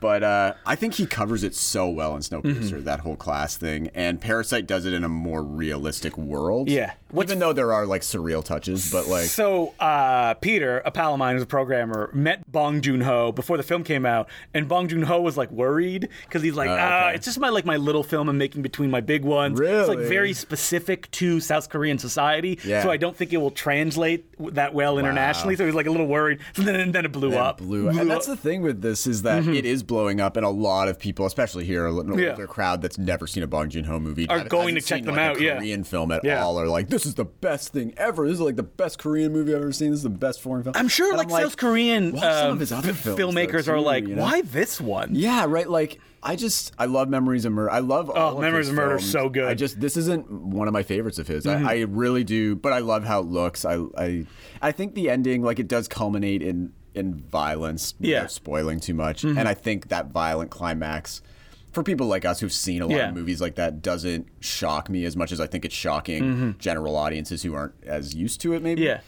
S3: But uh, I think he covers it so well in Snowpiercer,
S2: Mm-hmm.
S3: that whole class thing, and Parasite does it in a more realistic world.
S2: Yeah. What's-
S3: even though there are like surreal touches, but like
S2: So uh, Peter, a pal of mine who's a programmer, met Bong Joon Ho before the film came out, and Bong Joon Ho was like worried because he's
S3: Uh,
S2: like, ah, it's just my like my little film I'm making between my big ones. It's like
S3: Really?
S2: very specific to South Korean society,
S3: Yeah.
S2: so I don't think it will translate w- that well internationally. So he's like a little worried. <laughs> So then, then it blew up. Mm-hmm.
S3: blew and that's the thing with this is that it is blowing up and a lot of people especially here a little
S2: Yeah.
S3: older crowd that's never seen a bong joon-ho movie
S2: Are
S3: haven't-
S2: going
S3: hasn't
S2: to check
S3: seen,
S2: them
S3: like,
S2: out,
S3: a
S2: yeah.
S3: korean film at
S2: Yeah.
S3: all are like this is the best thing ever this is like the best korean movie i've ever seen this is the best foreign film
S2: I'm sure,
S3: And
S2: like, South Korean
S3: watch some
S2: um,
S3: of his other
S2: f-
S3: films, though,
S2: filmmakers are
S3: too,
S2: like,
S3: you know?
S2: why this one?
S3: yeah, right. Like I just I love Memories of Murder. I love all of
S2: Oh, Memories
S3: his
S2: of Murder is
S3: films.
S2: so good. Mm-hmm.
S3: I just this isn't one of my favorites of his. I, I really do, but I love how it looks. I I I think the ending like it does culminate in in violence.
S2: Yeah. Mm-hmm.
S3: without spoiling too much, and I think that violent climax. For people like us who've seen a lot
S2: Yeah.
S3: of movies like that, doesn't shock me as much as I think it's shocking general audiences who aren't as used to it, maybe.
S2: Mm-hmm. Yeah.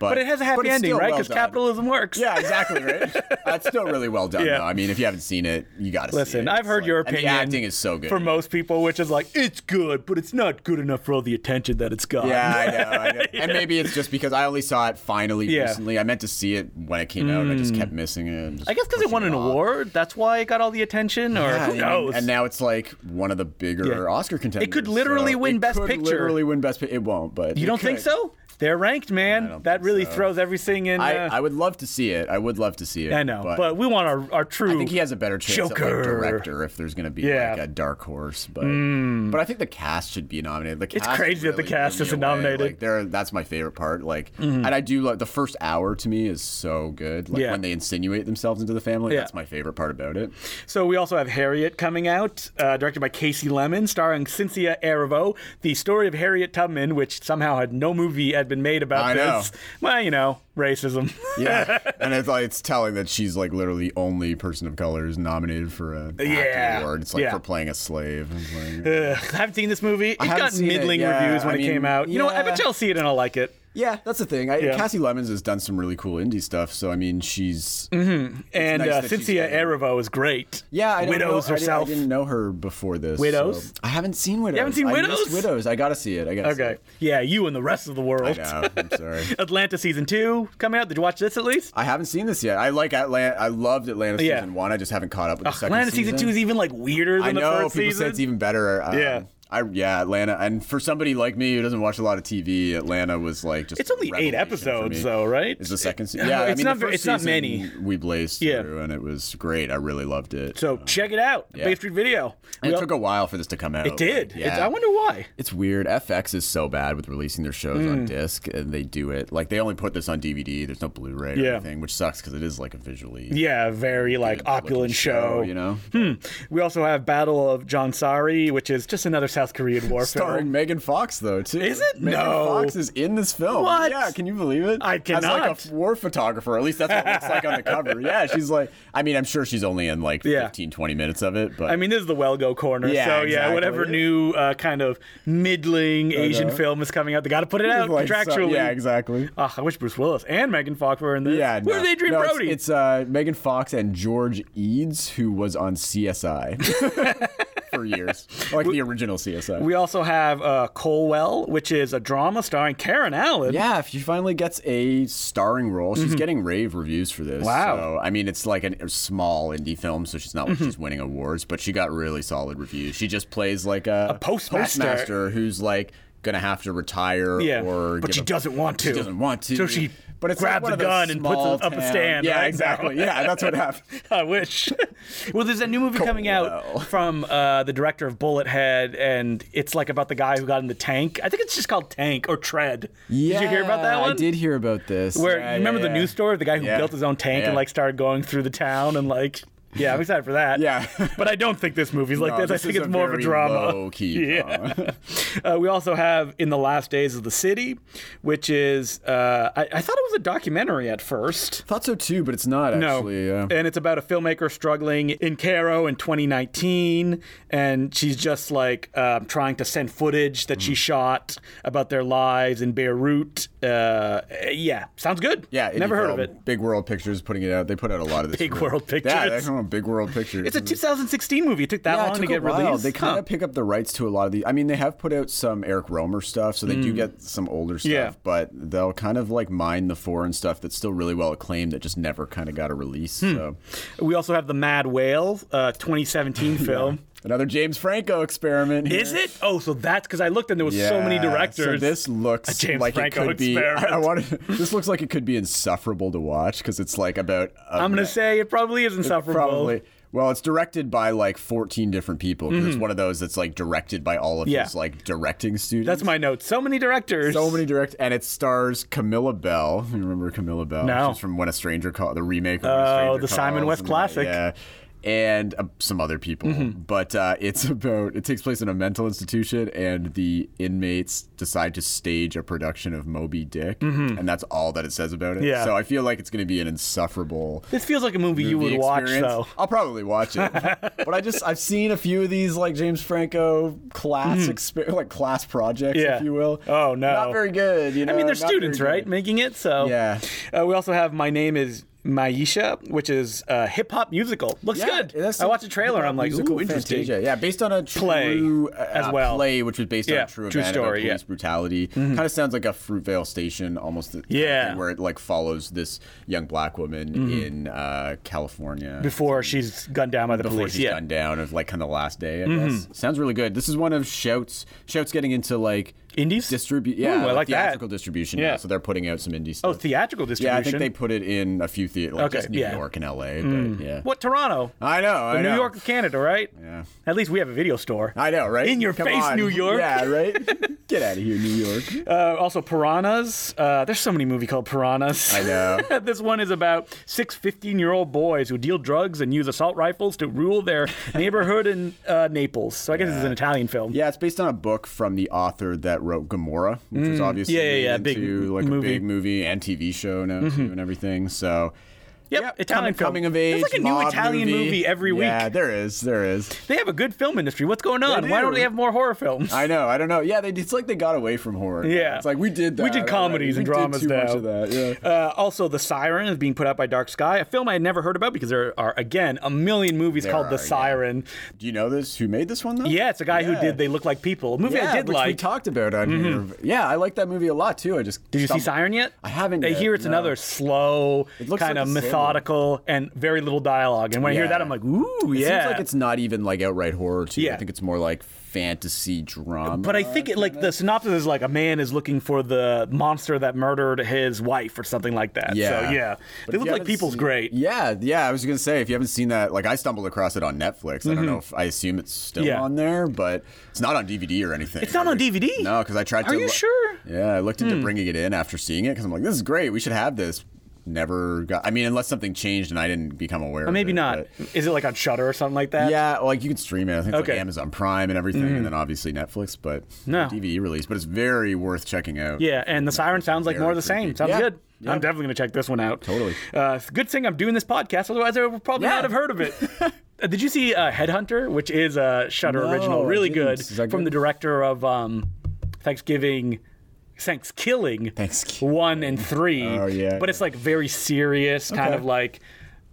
S3: But,
S2: But it has a happy
S3: it's
S2: ending,
S3: still
S2: right?
S3: well
S2: Because
S3: done.
S2: capitalism works.
S3: Yeah, exactly, right? <laughs> That's still really well done,
S2: Yeah.
S3: though. I mean, if you haven't seen it, you got to see it.
S2: Listen,
S3: It's
S2: I've heard
S3: like-
S2: your
S3: and
S2: opinion.
S3: the acting is so good.
S2: for most people, which is like it's good, but it's not good enough for all the attention that it's got.
S3: Yeah, I know.
S2: <laughs>
S3: I know. And maybe it's just because I only saw it finally
S2: Yeah. Mm.
S3: recently. I meant to see it when it came out, and I just kept missing it. and just
S2: I guess because it
S3: pushing
S2: won an
S3: off.
S2: award, that's why it got all the attention, or
S3: Yeah,
S2: who
S3: and-
S2: knows?
S3: And now it's like one of the bigger
S2: Yeah.
S3: Oscar contenders.
S2: literally
S3: so
S2: win
S3: it
S2: Best
S3: could
S2: Picture.
S3: Literally win best. Pi- It won't, but
S2: you
S3: it
S2: don't think
S3: could.
S2: so? They're ranked, man.
S3: don't
S2: That
S3: think
S2: really
S3: so.
S2: throws everything in.
S3: I,
S2: uh,
S3: I would love to see it. I would love to see it.
S2: I know, but, we want our, our true.
S3: I think he has a better chance at
S2: Joker.
S3: like director if there's going to be
S2: Yeah. Hmm.
S3: like a dark horse, but but I think the cast should be nominated. The
S2: It's
S3: cast
S2: crazy that the
S3: really
S2: cast
S3: blew me
S2: isn't
S3: away.
S2: nominated. Hmm.
S3: Like, they're- that's my favorite part. Like, and I do like the first hour to me is so good. Like
S2: Yeah.
S3: when they insinuate themselves into the family,
S2: Yeah.
S3: that's my favorite part about it.
S2: So we also have Harriet coming out, uh, directed by Casey Lemon, starring Cynthia Erivo. The story of Harriet Tubman, which somehow had no movie had been made about
S3: I know.
S2: this. Well, you know, racism. <laughs>
S3: Yeah, and it's like it's telling that she's like literally the only person of color who's nominated for a acting
S2: Yeah.
S3: award. It's like
S2: Yeah.
S3: for playing a slave. And playing...
S2: Ugh, I haven't seen this movie. It
S3: haven't
S2: got
S3: seen it,
S2: middling
S3: yeah,
S2: reviews when
S3: I
S2: it came
S3: mean,
S2: out. You know what? I bet
S3: yeah.
S2: you I'll see it and I'll like it.
S3: <laughs> Yeah, that's the thing. I,
S2: Yeah.
S3: Cassie Lemons has done some really cool indie stuff. So I mean, she's
S2: And uh,
S3: nice that she's
S2: Cynthia
S3: getting-
S2: Erivo is great.
S3: Yeah, I don't
S2: widows
S3: know. I didn't- I
S2: herself.
S3: didn't, know her before this.
S2: Widows?
S3: so- I haven't seen Widows.
S2: haven't seen
S3: I
S2: Widows?
S3: missed Widows. I gotta see it. I gotta.
S2: Okay. Yeah, you and the rest of the world.
S3: See it. I know. I'm sorry.
S2: Atlanta season two coming out. Did you watch this at least?
S3: I haven't seen this yet. I like Atlanta. I loved Atlanta
S2: Yeah.
S3: season one. I just haven't caught up with the second
S2: Atlanta season, two is even like weirder than
S3: I know
S2: the
S3: people
S2: first
S3: say
S2: season.
S3: it's even better. Um,
S2: Yeah.
S3: I yeah Atlanta. And for somebody like me who doesn't watch a lot of TV, Atlanta was like just.
S2: It's only
S3: a
S2: eight
S3: revelation for
S2: episodes,
S3: me.
S2: though, right?
S3: Is the second
S2: It- <laughs>
S3: season? Yeah, I
S2: it's
S3: mean,
S2: not
S3: the
S2: ver-
S3: first
S2: it's not
S3: season
S2: many.
S3: We blazed
S2: Yeah.
S3: through, and it was great. I really loved it.
S2: So check it out,
S3: yeah.
S2: Bay Street Video.
S3: and
S2: We
S3: it
S2: all-
S3: took a while for this to come out.
S2: it did.
S3: Like,
S2: It's-
S3: yeah.
S2: I wonder why.
S3: It's weird. FX is so bad with releasing their shows
S2: Hmm.
S3: on disc, and they do it like they only put this on DVD. There's no Blu-ray or
S2: Yeah.
S3: anything, which sucks because it is like a visually
S2: Yeah, very like opulent
S3: looking
S2: show. <laughs>
S3: you know,
S2: We also have Battle of Jonsari, which is just another South Korean war film.
S3: starring Megan Fox though too.
S2: Is it?
S3: Megan
S2: No.
S3: Fox is in this film.
S2: What?
S3: Yeah, can you believe it?
S2: I
S3: As like a
S2: cannot.
S3: f- war photographer, at least that's what it looks like on the
S2: <laughs>
S3: cover. Yeah, she's like. I mean, I'm sure she's only in like
S2: Yeah.
S3: 15, 20 minutes of it, but
S2: I mean, this is the Welgo corner,
S3: Yeah,
S2: so yeah,
S3: exactly. Uh-huh.
S2: whatever new uh, kind of middling Asian film is coming out, they got to put it out
S3: <laughs> Like, so-
S2: contractually.
S3: yeah, exactly.
S2: Ah, I wish Bruce Willis and Megan Fox were in this.
S3: Yeah,
S2: where's
S3: no.
S2: Adrian
S3: No, it's-
S2: Brody?
S3: It's, uh, Megan Fox and George Eads, who was on CSI
S2: <laughs>
S3: for years, like the original CSI.
S2: we also have uh, Colwell, which is a drama starring Karen Allen.
S3: yeah, she finally gets a starring role. She's getting rave reviews for this.
S2: Mm-hmm. Wow. Mm-hmm.
S3: So, I mean, it's like an- a small indie film, so she's not she's winning awards, but she got really solid reviews. She just plays like a,
S2: A postmaster.
S3: postmaster who's like gonna have to retire
S2: Yeah,
S3: or
S2: but
S3: give
S2: she
S3: up-
S2: doesn't want to.
S3: She doesn't want to.
S2: So she
S3: But it's
S2: grabs
S3: like one
S2: a
S3: of those
S2: gun and puts
S3: small
S2: it up a
S3: town-
S2: stand,
S3: Yeah,
S2: right? <laughs>
S3: exactly. Yeah, that's what happened.
S2: I wish. <laughs> well, there's a new movie coming out
S3: <laughs> Cool.
S2: from uh, the director of Bullethead, and it's like about the guy who got in the tank. I think it's just called Tank or Tread.
S3: Yeah,
S2: did you hear about that one?
S3: I did hear about this.
S2: Where
S3: Yeah,
S2: you remember
S3: yeah,
S2: the
S3: yeah.
S2: news story of the guy who
S3: Yeah.
S2: built his own tank and
S3: Yeah.
S2: like started going through the town and like. Yeah, I'm excited for that.
S3: Yeah.
S2: <laughs> but I don't think this movie's like
S3: No,
S2: this. I
S3: Oh, this
S2: think
S3: is
S2: it's
S3: a
S2: more of a
S3: very
S2: drama.
S3: low-key
S2: yeah.
S3: drama.
S2: <laughs> uh, we also have in the last days of the city, which is uh, I, I thought it was a documentary at first.
S3: Thought so too, but it's not actually. uh,
S2: No.
S3: Yeah.
S2: And it's about a filmmaker struggling in Cairo in 2019. And she's just like um trying to send footage that
S3: Mm.
S2: she shot about their lives in Beirut. Uh, yeah, sounds good.
S3: Yeah, um, Indie
S2: never heard of
S3: Film,
S2: it.
S3: Big World Pictures putting it out. They put out a lot of this.
S2: Big
S3: shit.
S2: World
S3: Yeah,
S2: Pictures.
S3: that's one Big World Pictures.
S2: It's a 2016 movie. It took that
S3: Yeah, it
S2: long to
S3: took a
S2: get
S3: while.
S2: released.
S3: They kind
S2: Huh.
S3: of pick up the rights to a lot of these. I mean, they have put out some Eric Romer stuff, so they do get some older stuff.
S2: Mm. Yeah.
S3: But they'll kind of like mine the foreign stuff that's still really well acclaimed that just never kind of got a release.
S2: Hmm.
S3: So
S2: We also have The Mad Whale, uh,
S3: <laughs>
S2: 2017 film.
S3: another James Franco experiment. Here.
S2: Is it? Oh, so that's because I looked and there was so many
S3: Yeah,
S2: directors.
S3: So this looks
S2: A James
S3: like
S2: Franco
S3: it could be. <laughs> I,
S2: experiment.
S3: I want This looks like it could be insufferable to watch because it's like about. a
S2: I'm gonna say it probably is insufferable.
S3: Probably. Well, it's directed by like 14 different people. 'cause It's one of those that's like directed by all of
S2: Mm-hmm. Yeah.
S3: his like directing students.
S2: That's my note. So many directors.
S3: So many direct, and it stars Camilla Bell. <laughs> You remember Camilla Bell?
S2: No.
S3: She's from When a Stranger Call, the remake. of When
S2: Oh,
S3: a Stranger
S2: the Simon
S3: Calls
S2: West
S3: and-
S2: classic. Mm-hmm.
S3: Yeah, and uh, some other people. But uh, it's <laughs> about it takes place in a mental institution, and the inmates decide to stage a production of Moby Dick, and that's all that it says about it.
S2: Mm-hmm. Yeah.
S3: So I feel like it's going to be an insufferable
S2: This feels like a movie, you would
S3: movie
S2: watch,
S3: experience.
S2: though.
S3: I'll probably
S2: <laughs>
S3: watch it, but I just I've seen a few of these like James Franco class exper- like class projects,
S2: Hmm. Yeah.
S3: if you will.
S2: Oh, no.
S3: not very good. You know,
S2: I mean, they're
S3: Uh, not very
S2: students,
S3: good.
S2: right? Making it so.
S3: Yeah.
S2: Uh, we also have my name is Maisha, which is a hip hop musical. Looks
S3: Yeah,
S2: good.
S3: that's
S2: I
S3: the-
S2: watched a trailer. I'm like,
S3: musical
S2: ooh, interesting.
S3: Fantasia. Yeah, based on a
S2: Play
S3: true, uh,
S2: as well.
S3: play, which was based on
S2: Yeah,
S3: a true,
S2: true
S3: event about
S2: story, yeah. Mm-hmm.
S3: police brutality. Kind of sounds like a Fruitvale Station, almost. the kind of
S2: Yeah. Mm-hmm.
S3: thing where it like follows this young black woman in uh, California
S2: Before she's gunned down by the
S3: before
S2: police.
S3: she's
S2: Yeah. Mm-hmm.
S3: gunned down of like kind of the last day. I guess sounds really good. This is one of Shout's Shout's getting into like
S2: Indies?
S3: distribute. Yeah,
S2: I like that.
S3: theatrical distribution.
S2: Yeah.
S3: Yeah, so they're putting out some indie
S2: Oh,
S3: stuff.
S2: theatrical
S3: yeah,
S2: distribution.
S3: I think they put it in a few theaters, like
S2: Okay,
S3: just New
S2: yeah. Hmm.
S3: York and L.A. But yeah,
S2: What Toronto?
S3: I know, I
S2: But New
S3: know.
S2: York, Canada, right?
S3: Yeah.
S2: At least we have a video store.
S3: I know, right?
S2: In your
S3: Come
S2: face,
S3: on.
S2: New York.
S3: Yeah,
S2: <laughs>
S3: right. Get out of here, New York.
S2: Uh, also, Piranhas. Uh, there's so many movie called Piranhas.
S3: I
S2: <laughs>
S3: know.
S2: this one is about six 15 year old boys who deal drugs and use assault rifles to rule
S3: <laughs>
S2: their neighborhood in uh, Naples. So I guess it's an Italian film.
S3: Yeah, it's based on a book from the author that wrote Gomorrah, which was obviously
S2: Mm. yeah, yeah,
S3: made
S2: yeah,
S3: into
S2: big m-
S3: like
S2: movie. Mm-hmm.
S3: a big movie and TV show now too, and everything. So.
S2: Yep,
S3: yeah,
S2: Italian
S3: coming,
S2: film.
S3: coming of
S2: There's
S3: age.
S2: like a new
S3: mob
S2: Italian movie every
S3: Yeah,
S2: week.
S3: there is,
S2: <laughs>
S3: there is.
S2: They have a good film industry. What's going on?
S3: They
S2: Why don't
S3: do.
S2: they have more horror films?
S3: I know, I don't know. Yeah, they, it's like they got away from horror.
S2: Yeah.
S3: it's like we did that.
S2: We did comedies
S3: already.
S2: and
S3: We
S2: dramas
S3: did too much
S2: now.
S3: of that, yeah.
S2: Uh, also, The Siren is being put out by Dark Sky, a film I had never heard about because there are, again, a million movies
S3: There
S2: called
S3: are,
S2: The
S3: yeah.
S2: Siren.
S3: Do you know this? Who made this one though?
S2: Yeah, it's a guy who
S3: Yeah.
S2: did They Look Like People, a movie
S3: yeah,
S2: I did
S3: which we
S2: like. Mm-hmm.
S3: talked about on here. Yeah, I like that movie a lot too. I just
S2: Did you see Siren yet?
S3: I haven't
S2: I
S3: yet,
S2: hear it's
S3: no.
S2: another slow,
S3: looks
S2: kind
S3: like
S2: of
S3: a Sailor.
S2: methodical, and very little dialogue. And when I hear
S3: Yeah.
S2: that, I'm like, ooh,
S3: It
S2: yeah.
S3: seems like it's not even like outright horror too.
S2: Yeah.
S3: I think it's more like fantasy drama.
S2: but I think it like the synopsis is like a man is looking for the monster that murdered his wife or something like that.
S3: Yeah.
S2: So yeah,
S3: But
S2: they look
S3: if you
S2: like
S3: haven't
S2: people's
S3: seen-
S2: great.
S3: Yeah, yeah. I was gonna say if you haven't seen that, like I stumbled across it on Netflix. I don't know if I assume it's still
S2: Mm-hmm. Yeah.
S3: on there, but it's not on DVD or anything.
S2: It's not on DVD?
S3: No, because I tried.
S2: Are
S3: to
S2: you
S3: loo-
S2: sure? Hmm.
S3: Yeah, I looked into bringing it in after seeing it because I'm like, this is great. We should have this. Never got. I mean, unless something changed and I didn't become aware. of
S2: Maybe
S3: it,
S2: not.
S3: but-
S2: Is it like on Shutter or something like that?
S3: Yeah, like you can stream it. I think it's
S2: Okay. Mm-hmm.
S3: like Amazon Prime and everything, and then obviously Netflix. But
S2: No.
S3: DVD release. But it's very worth checking out.
S2: Yeah, and the siren sounds like
S3: Very
S2: more of the same.
S3: creepy.
S2: Sounds
S3: Yeah.
S2: good.
S3: Yeah.
S2: I'm definitely gonna check this one out.
S3: Totally.
S2: Uh, it's a good thing I'm doing this podcast, otherwise I would probably
S3: Yeah.
S2: not have heard
S3: <laughs>
S2: of it. Uh, Did you see uh, Headhunter, which is a Shutter
S3: No,
S2: original,
S3: I
S2: really
S3: didn't.
S2: good,
S3: Is that
S2: from
S3: good?
S2: the director of um, Thanksgiving, Thanksgiving,
S3: Thanksgiving.
S2: one and three.
S3: Oh, yeah,
S2: But it's like very serious, kind
S3: Okay.
S2: of like.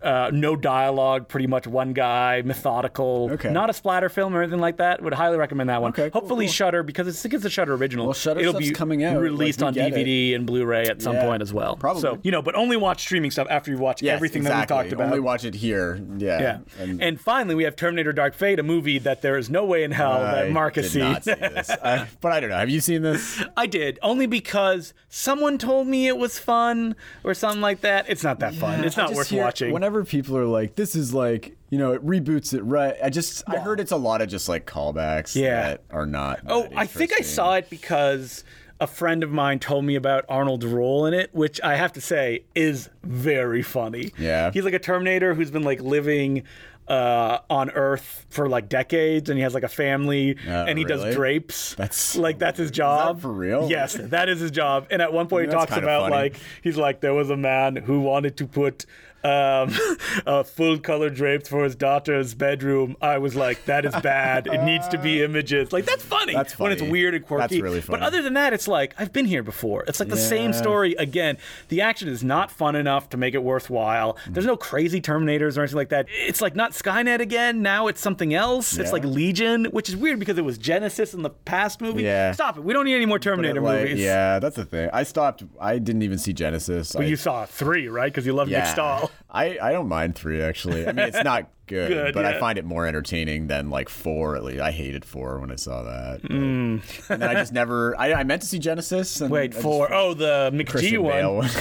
S2: uh, no dialogue, pretty much one guy, methodical.
S3: Okay.
S2: Not a splatter film or anything like that. Would highly recommend that one.
S3: Okay, cool,
S2: Hopefully
S3: cool.
S2: Shutter because it's, I think it's a Shutter original.
S3: Well, Shudder
S2: It'll
S3: stuff's
S2: be
S3: coming out, like,
S2: released
S3: we
S2: on
S3: get it.
S2: DVD and Blu-ray at some
S3: Yeah,
S2: point as well.
S3: probably.
S2: So you know, but only watch streaming stuff after you watch
S3: Yes,
S2: everything
S3: exactly.
S2: that we talked about.
S3: Only watch it here. Yeah.
S2: Yeah. And, finally, we have Terminator Dark Fate, a movie that there is no way in hell
S3: I
S2: that Mark has
S3: did
S2: seen. <laughs>
S3: not see this. I- but I don't know. Have you seen <laughs> this?
S2: I did, only because someone told me it was fun or something like that. It's not that fun. It's
S3: I
S2: not
S3: just
S2: worth
S3: hear-
S2: watching.
S3: Whenever people are like, "This is like," you know, it reboots it right. I just I heard it's a lot of just like callbacks
S2: Yeah.
S3: that are not.
S2: oh,
S3: that
S2: I think I
S3: interesting.
S2: saw it because a friend of mine told me about Arnold's role in it, which I have to say is very funny.
S3: Yeah.
S2: He's like a Terminator who's been like living uh, on Earth for like decades and he has like a family and he
S3: Uh, really?
S2: does drapes. <laughs>
S3: That's-
S2: like that's his job.
S3: for real?
S2: Yes, that is his job. And at one point
S3: mean,
S2: he
S3: that's
S2: talks
S3: kinda
S2: about
S3: funny.
S2: like he's like there was a man who wanted to put um, <laughs> uh, full color drapes for his daughter's bedroom. I was like, that is bad. it needs to
S3: <laughs>
S2: be images. Like that's funny.
S3: That's
S2: when it's
S3: funny.
S2: weird and quirky.
S3: That's really
S2: But
S3: funny.
S2: other than that, it's like I've been here before. It's like the same
S3: Yeah.
S2: story again. The action is not fun enough to make it worthwhile.
S3: Mm.
S2: There's no crazy Terminators or anything like that. It's like not Skynet again. Now it's something else. It's
S3: Yeah.
S2: like Legion, which is weird because it was Genesis in the past movie.
S3: Yeah.
S2: Stop it. We don't need any more Terminator
S3: Like,
S2: movies.
S3: Yeah, that's the thing. I stopped. I didn't even see Genesis. I,
S2: Well,
S3: <laughs>
S2: you saw three, right? Because you love Nick Stahl.
S3: I, I don't mind three actually. I mean,
S2: <laughs>
S3: it's not good,
S2: Good,
S3: but
S2: yeah.
S3: I find it more entertaining than like four. At least I hated four when I saw that. Like, And then
S2: <laughs>
S3: I just never. I, I meant to see Genesis. And
S2: Hmm.
S3: I
S2: Wait,
S3: just-
S2: four. Oh, the McGee
S3: Christian
S2: one.
S3: Bale
S2: <laughs>
S3: one.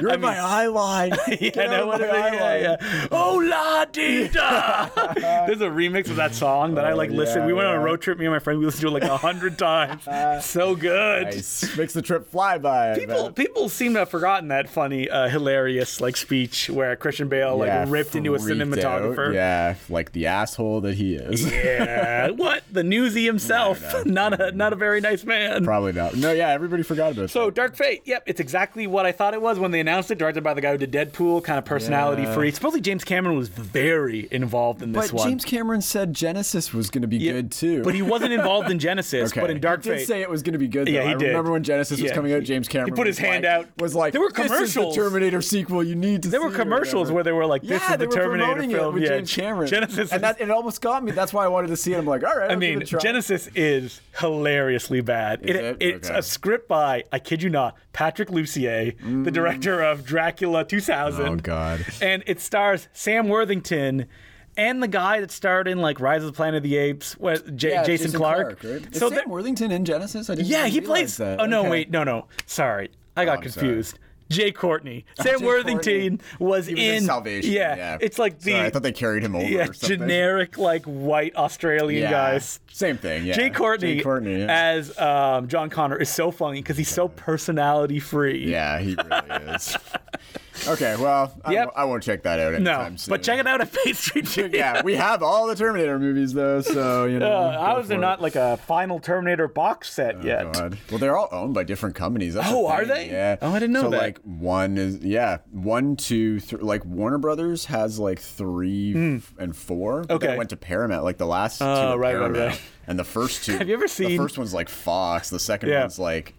S3: You're in my eye line. Get
S2: Yeah,
S3: out
S2: that
S3: of
S2: would
S3: my
S2: have been,
S3: eye
S2: yeah,
S3: line.
S2: yeah. Oh, la dee da. <laughs> There's a remix of that song that I like
S3: Oh,
S2: listen.
S3: yeah,
S2: we went on a
S3: yeah.
S2: road trip, me and my friend, we listened to it like a hundred
S3: <laughs>
S2: times. So good.
S3: Nice. Makes the trip fly by. I
S2: People,
S3: bet.
S2: people seem to have forgotten that funny, uh, hilarious like speech where Christian Bale like
S3: Yeah,
S2: ripped into a
S3: freaked out.
S2: cinematographer.
S3: Yeah, like the asshole that he is.
S2: <laughs>
S3: <laughs>
S2: Yeah. what the newsy himself? Not a not a very nice man.
S3: Probably not. No, yeah, everybody forgot about
S2: So
S3: that.
S2: Dark Fate, yep, it's exactly what I thought it was when they announced it. Directed by the guy who did Deadpool, kind of personality
S3: Yeah.
S2: free. Supposedly James Cameron was very involved in this
S3: But
S2: one.
S3: James Cameron said Genesis was going to be
S2: Yeah,
S3: good too.
S2: But he wasn't involved in Genesis.
S3: <laughs> Okay.
S2: But in Dark
S3: he did
S2: Fate,
S3: say it was going to be good. Though.
S2: Yeah, he
S3: I
S2: did.
S3: remember when Genesis was
S2: Yeah.
S3: coming out. James Cameron
S2: put his
S3: was
S2: hand
S3: like-
S2: out.
S3: Was like,
S2: There were
S3: This is the
S2: commercials.
S3: Terminator sequel. You need to.
S2: There were
S3: see it," or
S2: commercials
S3: whatever.
S2: where they were like, "This
S3: yeah,
S2: is the
S3: they were
S2: Terminator
S3: promoting it
S2: film."
S3: with
S2: Yeah,
S3: James Cameron.
S2: Genesis is-
S3: and that it almost got me. That's why I wanted to see it. I'm like, all right.
S2: I
S3: I'll give
S2: mean,
S3: it a try.
S2: Genesis is hilariously bad. It,
S3: it?
S2: It's
S3: Okay.
S2: a script by, I kid you not, Patrick Lucier, the director of Dracula 2000.
S3: Mm. Oh God.
S2: And it stars Sam Worthington and the guy that starred in like Rise of the Planet of the Apes, what, J-
S3: Yeah,
S2: Jason, Clark.
S3: right?
S2: So
S3: Is Sam
S2: there-
S3: Worthington in Genesis? I didn't
S2: yeah,
S3: even
S2: he
S3: realize
S2: plays.
S3: That.
S2: Oh no,
S3: Okay. Oh,
S2: wait, no, no. Sorry, I got
S3: I'm sorry.
S2: confused. Jay Courtney, Sam
S3: <laughs> Jay
S2: Worthington was,
S3: He was in, Salvation.
S2: Yeah,
S3: Yeah,
S2: it's like the
S3: Sorry, I thought they carried him over.
S2: yeah,
S3: or something.
S2: generic like white Australian
S3: Yeah,
S2: guys.
S3: Same thing. Yeah.
S2: Jay Courtney,
S3: Jay Courtney. Yeah.
S2: as um, John Connor is so funny because he's so personality free.
S3: Yeah, he really <laughs> is. okay, well, I,
S2: Yep.
S3: I won't check that out
S2: No,
S3: anytime soon.
S2: but check it out at Faith Street. Video.
S3: <laughs> Yeah, we have all the Terminator movies though, so you know.
S2: Uh,
S3: go
S2: how is there
S3: for
S2: not like a final Terminator box set
S3: it.
S2: yet?
S3: God. Well, they're all owned by different companies. That's the
S2: Oh, are
S3: thing,
S2: they?
S3: Yeah.
S2: Oh, I didn't know
S3: so,
S2: that.
S3: like one is yeah, one, two, three. Like Warner Brothers has like three f- and four. but then
S2: Hmm. Okay.
S3: it went to Paramount. Like the last two.
S2: Oh,
S3: were
S2: right, right,
S3: Paramount,
S2: right.
S3: And the first
S2: <laughs>
S3: two.
S2: Have you ever
S3: The
S2: seen-
S3: first one's like Fox. The second
S2: Yeah.
S3: one's like.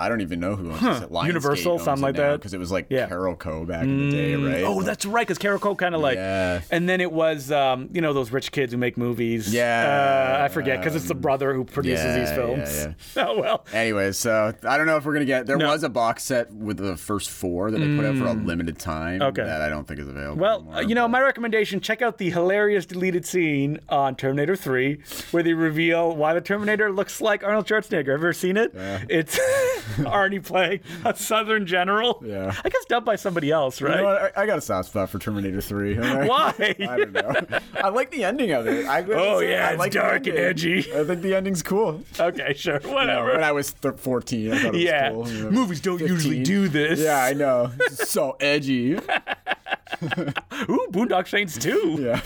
S3: I don't even know who owns it. Lionsgate
S2: Universal,
S3: owns
S2: something like that?
S3: Because it was like
S2: Yeah.
S3: Carol Co. back in the day, right?
S2: Oh,
S3: Like-
S2: that's right, because Caracol kind of like,
S3: Yeah.
S2: and then it was, um, you know, those rich kids who make movies.
S3: Yeah. Um,
S2: uh, I forget because it's the brother who produces
S3: yeah,
S2: these
S3: yeah,
S2: films. <laughs> Oh well,
S3: Anyways, so I don't know if we're gonna get. There was a box set with the first four that they put out for a limited time.
S2: Mm. Okay.
S3: That I don't think is available.
S2: well,
S3: anymore,
S2: uh, you know,
S3: but-
S2: my recommendation: check out the hilarious deleted scene on Terminator Three, where they reveal why the Terminator looks like Arnold Schwarzenegger. Ever seen it? It's <laughs> Arnie playing a Southern general.
S3: Yeah.
S2: I guess dubbed by somebody else,
S3: You
S2: right?
S3: know what, I, I got a soft spot for Terminator Three. all right?
S2: Why?
S3: <laughs> I don't know. I like the ending of it. I,
S2: <laughs> Oh, yeah,
S3: I
S2: it's
S3: like the
S2: dark and
S3: ending.
S2: edgy.
S3: I think the ending's cool.
S2: okay,
S3: <laughs>
S2: sure, whatever.
S3: When I was th- fourteen, I thought it was
S2: yeah,
S3: cool. you know.
S2: movies don't usually
S3: 15.
S2: do this.
S3: Yeah,
S2: <laughs>
S3: I know. It's so edgy.
S2: Ooh, Boondock Saints too.
S3: Yeah.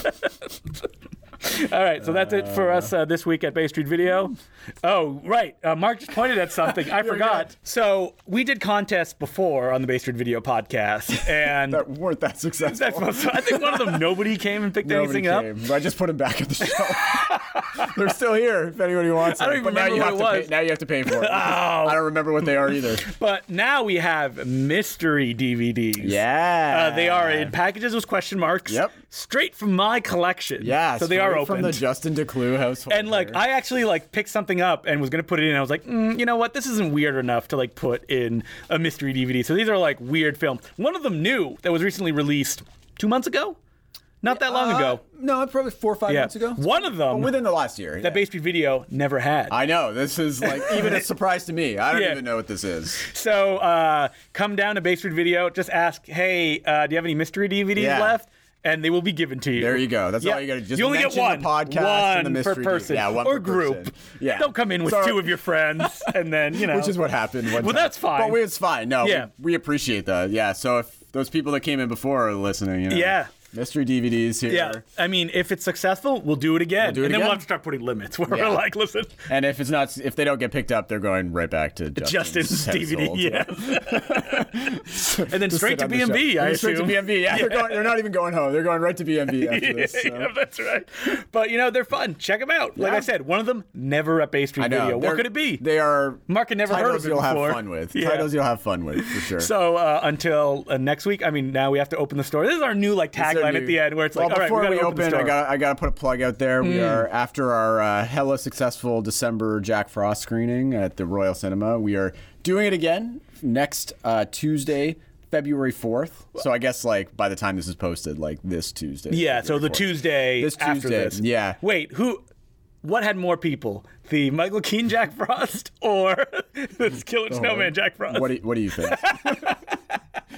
S2: All right, so that's it for us uh, this week at Bay Street Video. Oh, right. Uh, Mark just pointed at something.
S3: <laughs>
S2: I forgot. So we did contests before on the Bay Street Video
S3: <laughs>
S2: podcast, and <laughs>
S3: That weren't that successful.
S2: that's most, I think one of them nobody came and picked anything
S3: Nobody
S2: up.
S3: came. I just put him back at the show. <laughs> They're still here if anybody wants them.
S2: I don't even
S3: but now
S2: remember
S3: you
S2: what
S3: have
S2: it was. Oh.
S3: to
S2: Uh,
S3: Pay, now you have to pay
S2: <laughs>
S3: for it. I don't remember what they are either.
S2: But now we have mystery DVDs.
S3: Yeah.
S2: Uh, they are in packages with question marks.
S3: Yep.
S2: Straight from my collection.
S3: Yeah.
S2: So they are
S3: straight
S2: open.
S3: from the Justin DeClue household.
S2: and like, I actually like picked something up and was gonna put it in. I was like, mm, you know what? This isn't weird enough to like put in a mystery DVD. So these are like weird films. One of them new that was recently released two months ago, not that long ago.
S3: Uh, no, probably four or five
S2: Yeah.
S3: months ago.
S2: One of
S3: Well,
S2: them
S3: within the last year. yeah.
S2: that Base Beat Video never had.
S3: I know this is like
S2: <laughs>
S3: even a surprise to me. I don't
S2: Yeah.
S3: even know what
S2: <laughs>
S3: this is.
S2: So uh, come down to Basement Video. Just ask, hey, uh, do you have any mystery DVDs
S3: Yeah.
S2: left? And they will be given to you.
S3: There you go. That's
S2: Yeah.
S3: all you got to just
S2: you only get
S3: mention
S2: one
S3: The podcast
S2: one
S3: and the mystery
S2: per person,
S3: Yeah, one
S2: or
S3: per
S2: group.
S3: person. Yeah,
S2: Don't come in with
S3: Sorry.
S2: two of your
S3: <laughs>
S2: friends, and then you know.
S3: Which is what happened. One
S2: Well,
S3: time.
S2: that's fine.
S3: But we, it's fine. No,
S2: Yeah.
S3: we, we appreciate that. Yeah. So if those people that came in before are listening, you know,
S2: Yeah.
S3: mystery DVDs here.
S2: Yeah, I mean, if it's successful, we'll do it again,
S3: do it
S2: and then we'll
S3: again.
S2: have to start putting limits <laughs> where
S3: Yeah.
S2: we're like, listen,
S3: And if it's not, if they don't get picked up, they're going right back to Justin's,
S2: Justin's DVD,
S3: household.
S2: yeah, <laughs> and then
S3: Just
S2: straight
S3: sit
S2: to
S3: on the
S2: B&B.
S3: shelf.
S2: I
S3: straight to
S2: assume.
S3: BMV. Yeah, They're, going, they're not even going home. They're going right to BMV after this. So.
S2: <laughs> yeah, that's right. But you know, they're fun. Check them out. Like
S3: Yeah.
S2: I said, one of them never at Bay Street
S3: I know.
S2: Video. What
S3: They're-
S2: could it be?
S3: They are
S2: Mark had never heard
S3: titles
S2: of it
S3: you'll
S2: before.
S3: have fun with.
S2: Yeah.
S3: Titles you'll have fun with
S2: <laughs>
S3: for sure.
S2: So uh, until uh, next week, I mean, now we have to open the store. This is our new like
S3: It's our
S2: tagline
S3: new-
S2: at the end, where it's
S3: well,
S2: like, all right,
S3: before
S2: we gotta
S3: we
S2: open, the
S3: open,
S2: store. Hmm.
S3: I got I got to put a plug out there. We are after our uh, hella successful December Jack Frost screening at the Royal Cinema. We are doing it again next uh, Tuesday. February fourth, so I guess like by the time this is posted, like this Tuesday.
S2: yeah, so the
S3: February 4th.
S2: Tuesday
S3: This
S2: after
S3: Tuesday,
S2: this.
S3: yeah.
S2: Wait, who? What had more people, the Michael Keane Jack Frost <laughs> or this Killer Snowman Jack Frost?
S3: What do you, what do
S2: <laughs>
S3: you think?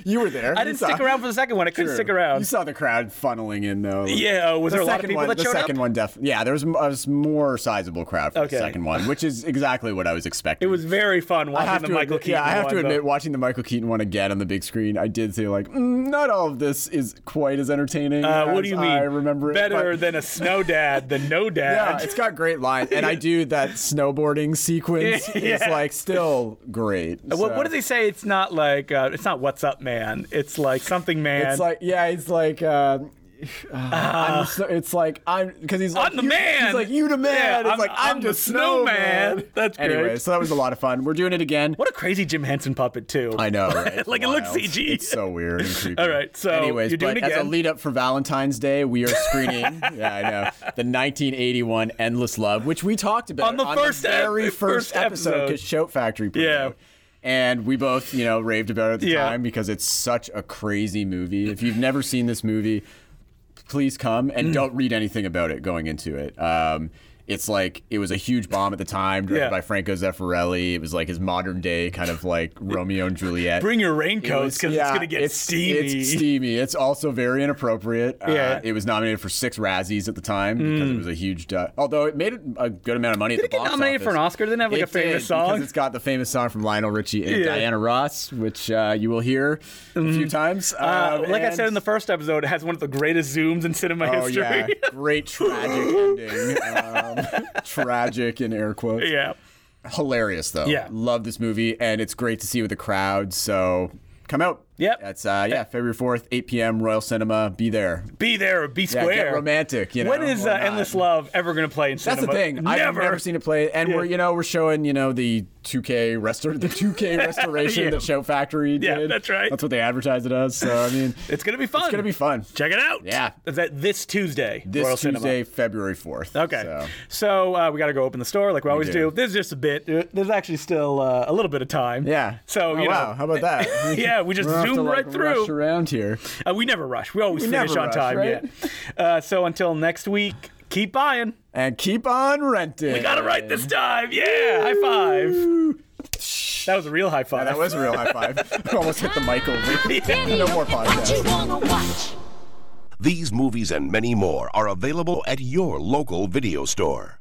S3: you were there.
S2: I didn't stick around for the second one. I couldn't stick
S3: You
S2: around.
S3: saw the crowd funneling in though.
S2: Yeah, uh, was
S3: The
S2: there a lot of
S3: second
S2: people
S3: one-
S2: that
S3: the
S2: showed up?
S3: second one def- yeah, there was a was more sizable crowd for
S2: Okay.
S3: the second one, which is exactly what I was expecting.
S2: It was very fun
S3: I
S2: watching
S3: have
S2: the
S3: to
S2: Michael
S3: admit,
S2: Keaton.
S3: yeah, I have to
S2: one, though.
S3: admit, watching the Michael Keaton one again on the big screen, I did say like, mm, not all of this is quite as entertaining.
S2: Uh,
S3: as
S2: what do you mean?
S3: I remember it,
S2: better
S3: but-
S2: than a snow dad than no
S3: <laughs> yeah,
S2: dad.
S3: it's got great lines,
S2: <laughs>
S3: and I do that snowboarding sequence is
S2: Yeah.
S3: like still great.
S2: What,
S3: so.
S2: what do they say? It's not like uh, it's not what's up, man. It's like something, man.
S3: It's like yeah, it's like uh, <sighs> uh, I'm so, it's like I'm because he's like
S2: I'm the
S3: "You-"
S2: man.
S3: He's like you the man.
S2: Yeah,
S3: it's
S2: I'm-
S3: like I'm,
S2: I'm
S3: the,
S2: the
S3: snowman.
S2: snowman. That's
S3: anyway.
S2: great.
S3: So that was a lot of fun. We're doing it again.
S2: what a crazy Jim Henson puppet too.
S3: I
S2: <laughs>
S3: know, right?
S2: Like, it looks
S3: Wild.
S2: CG.
S3: It's so weird and creepy.
S2: All right, so
S3: anyways,
S2: you're doing
S3: but
S2: it
S3: as a
S2: again.
S3: lead up for Valentine's Day, we are
S2: <laughs>
S3: screening. yeah, I know the 1981 "Endless Love," which we talked about
S2: On the first ep-
S3: very first,
S2: first
S3: episode
S2: episode.
S3: because Shout Factory. put it
S2: Yeah.
S3: out. And we both, you know, raved about it at the
S2: Yeah.
S3: time because it's such a crazy movie. If you've never seen this movie, please come and
S2: Mm.
S3: don't read anything about it going into it. Um, it's like it was a huge bomb at the time, directed
S2: Yeah.
S3: by Franco Zeffirelli. It was like his modern day kind of
S2: <laughs>
S3: like Romeo and Juliet.
S2: Bring your
S3: It
S2: raincoats
S3: was-
S2: because it's
S3: yeah,
S2: gonna get steamy.
S3: It's steamy. It's also very inappropriate. Uh,
S2: Yeah. Mm.
S3: it was nominated for six Razzies at the time because it was a huge. du- although it made a good amount of money
S2: Did
S3: at
S2: it
S3: the
S2: get
S3: box
S2: nominated for an
S3: office.
S2: Oscar? Didn't it have like a
S3: It did,
S2: famous
S3: Because
S2: song.
S3: it's got the famous song from Lionel Richie and
S2: Yeah.
S3: Diana Ross, which uh, you will hear a few times.
S2: Uh,
S3: Um,
S2: like I said in
S3: and-
S2: the first episode, it has one of the greatest zooms in cinema <laughs>
S3: Oh
S2: history.
S3: yeah, great tragic
S2: <laughs>
S3: ending. Um, tragic in air quotes.
S2: yeah.
S3: Hilarious though.
S2: Yeah.
S3: love this movie, and it's great to see with the crowd. So come out.
S2: Yep.
S3: That's uh, yeah, February fourth, eight p.m. Royal Cinema. Be there.
S2: Be there or be
S3: Yeah,
S2: square.
S3: get romantic. You know.
S2: when is
S3: or
S2: uh,
S3: not.
S2: Endless Love ever gonna play in
S3: That's
S2: cinema?
S3: the thing. I've
S2: Never.
S3: never seen it play, and we're you know we're showing you know the 2K restor the
S2: <laughs>
S3: 2K restoration
S2: Yeah.
S3: that Show Factory did.
S2: Yeah, that's right.
S3: That's what they advertised it as. So I mean,
S2: <laughs> It's gonna be fun.
S3: it's gonna be fun.
S2: Check it out.
S3: Yeah.
S2: Is that this Tuesday?
S3: This
S2: Royal Cinema.
S3: Tuesday, February fourth.
S2: Okay. So,
S3: So.
S2: uh, we got to go open the store like we always
S3: do.
S2: do. There's just a bit. uh, There's actually still uh, a little bit of time.
S3: Yeah.
S2: So,
S3: Oh,
S2: you know-
S3: wow, how about that?
S2: <laughs> Yeah, we just
S3: We don't have to,
S2: zoom
S3: like,
S2: right through.
S3: Rush around here.
S2: Uh, we never rush. We always
S3: We
S2: finish
S3: never
S2: on
S3: rush,
S2: time.
S3: right?
S2: Yeah. Uh, so until next week, keep buying.
S3: And keep on renting.
S2: We got it right this time. Yeah. High five. That was a real high five.
S3: That was a real high five. <laughs> Almost hit the mic
S4: <laughs>
S3: over. <laughs> no more
S4: What you
S3: podcasts.
S4: wanna watch?
S1: These movies and many more are available at your local video store.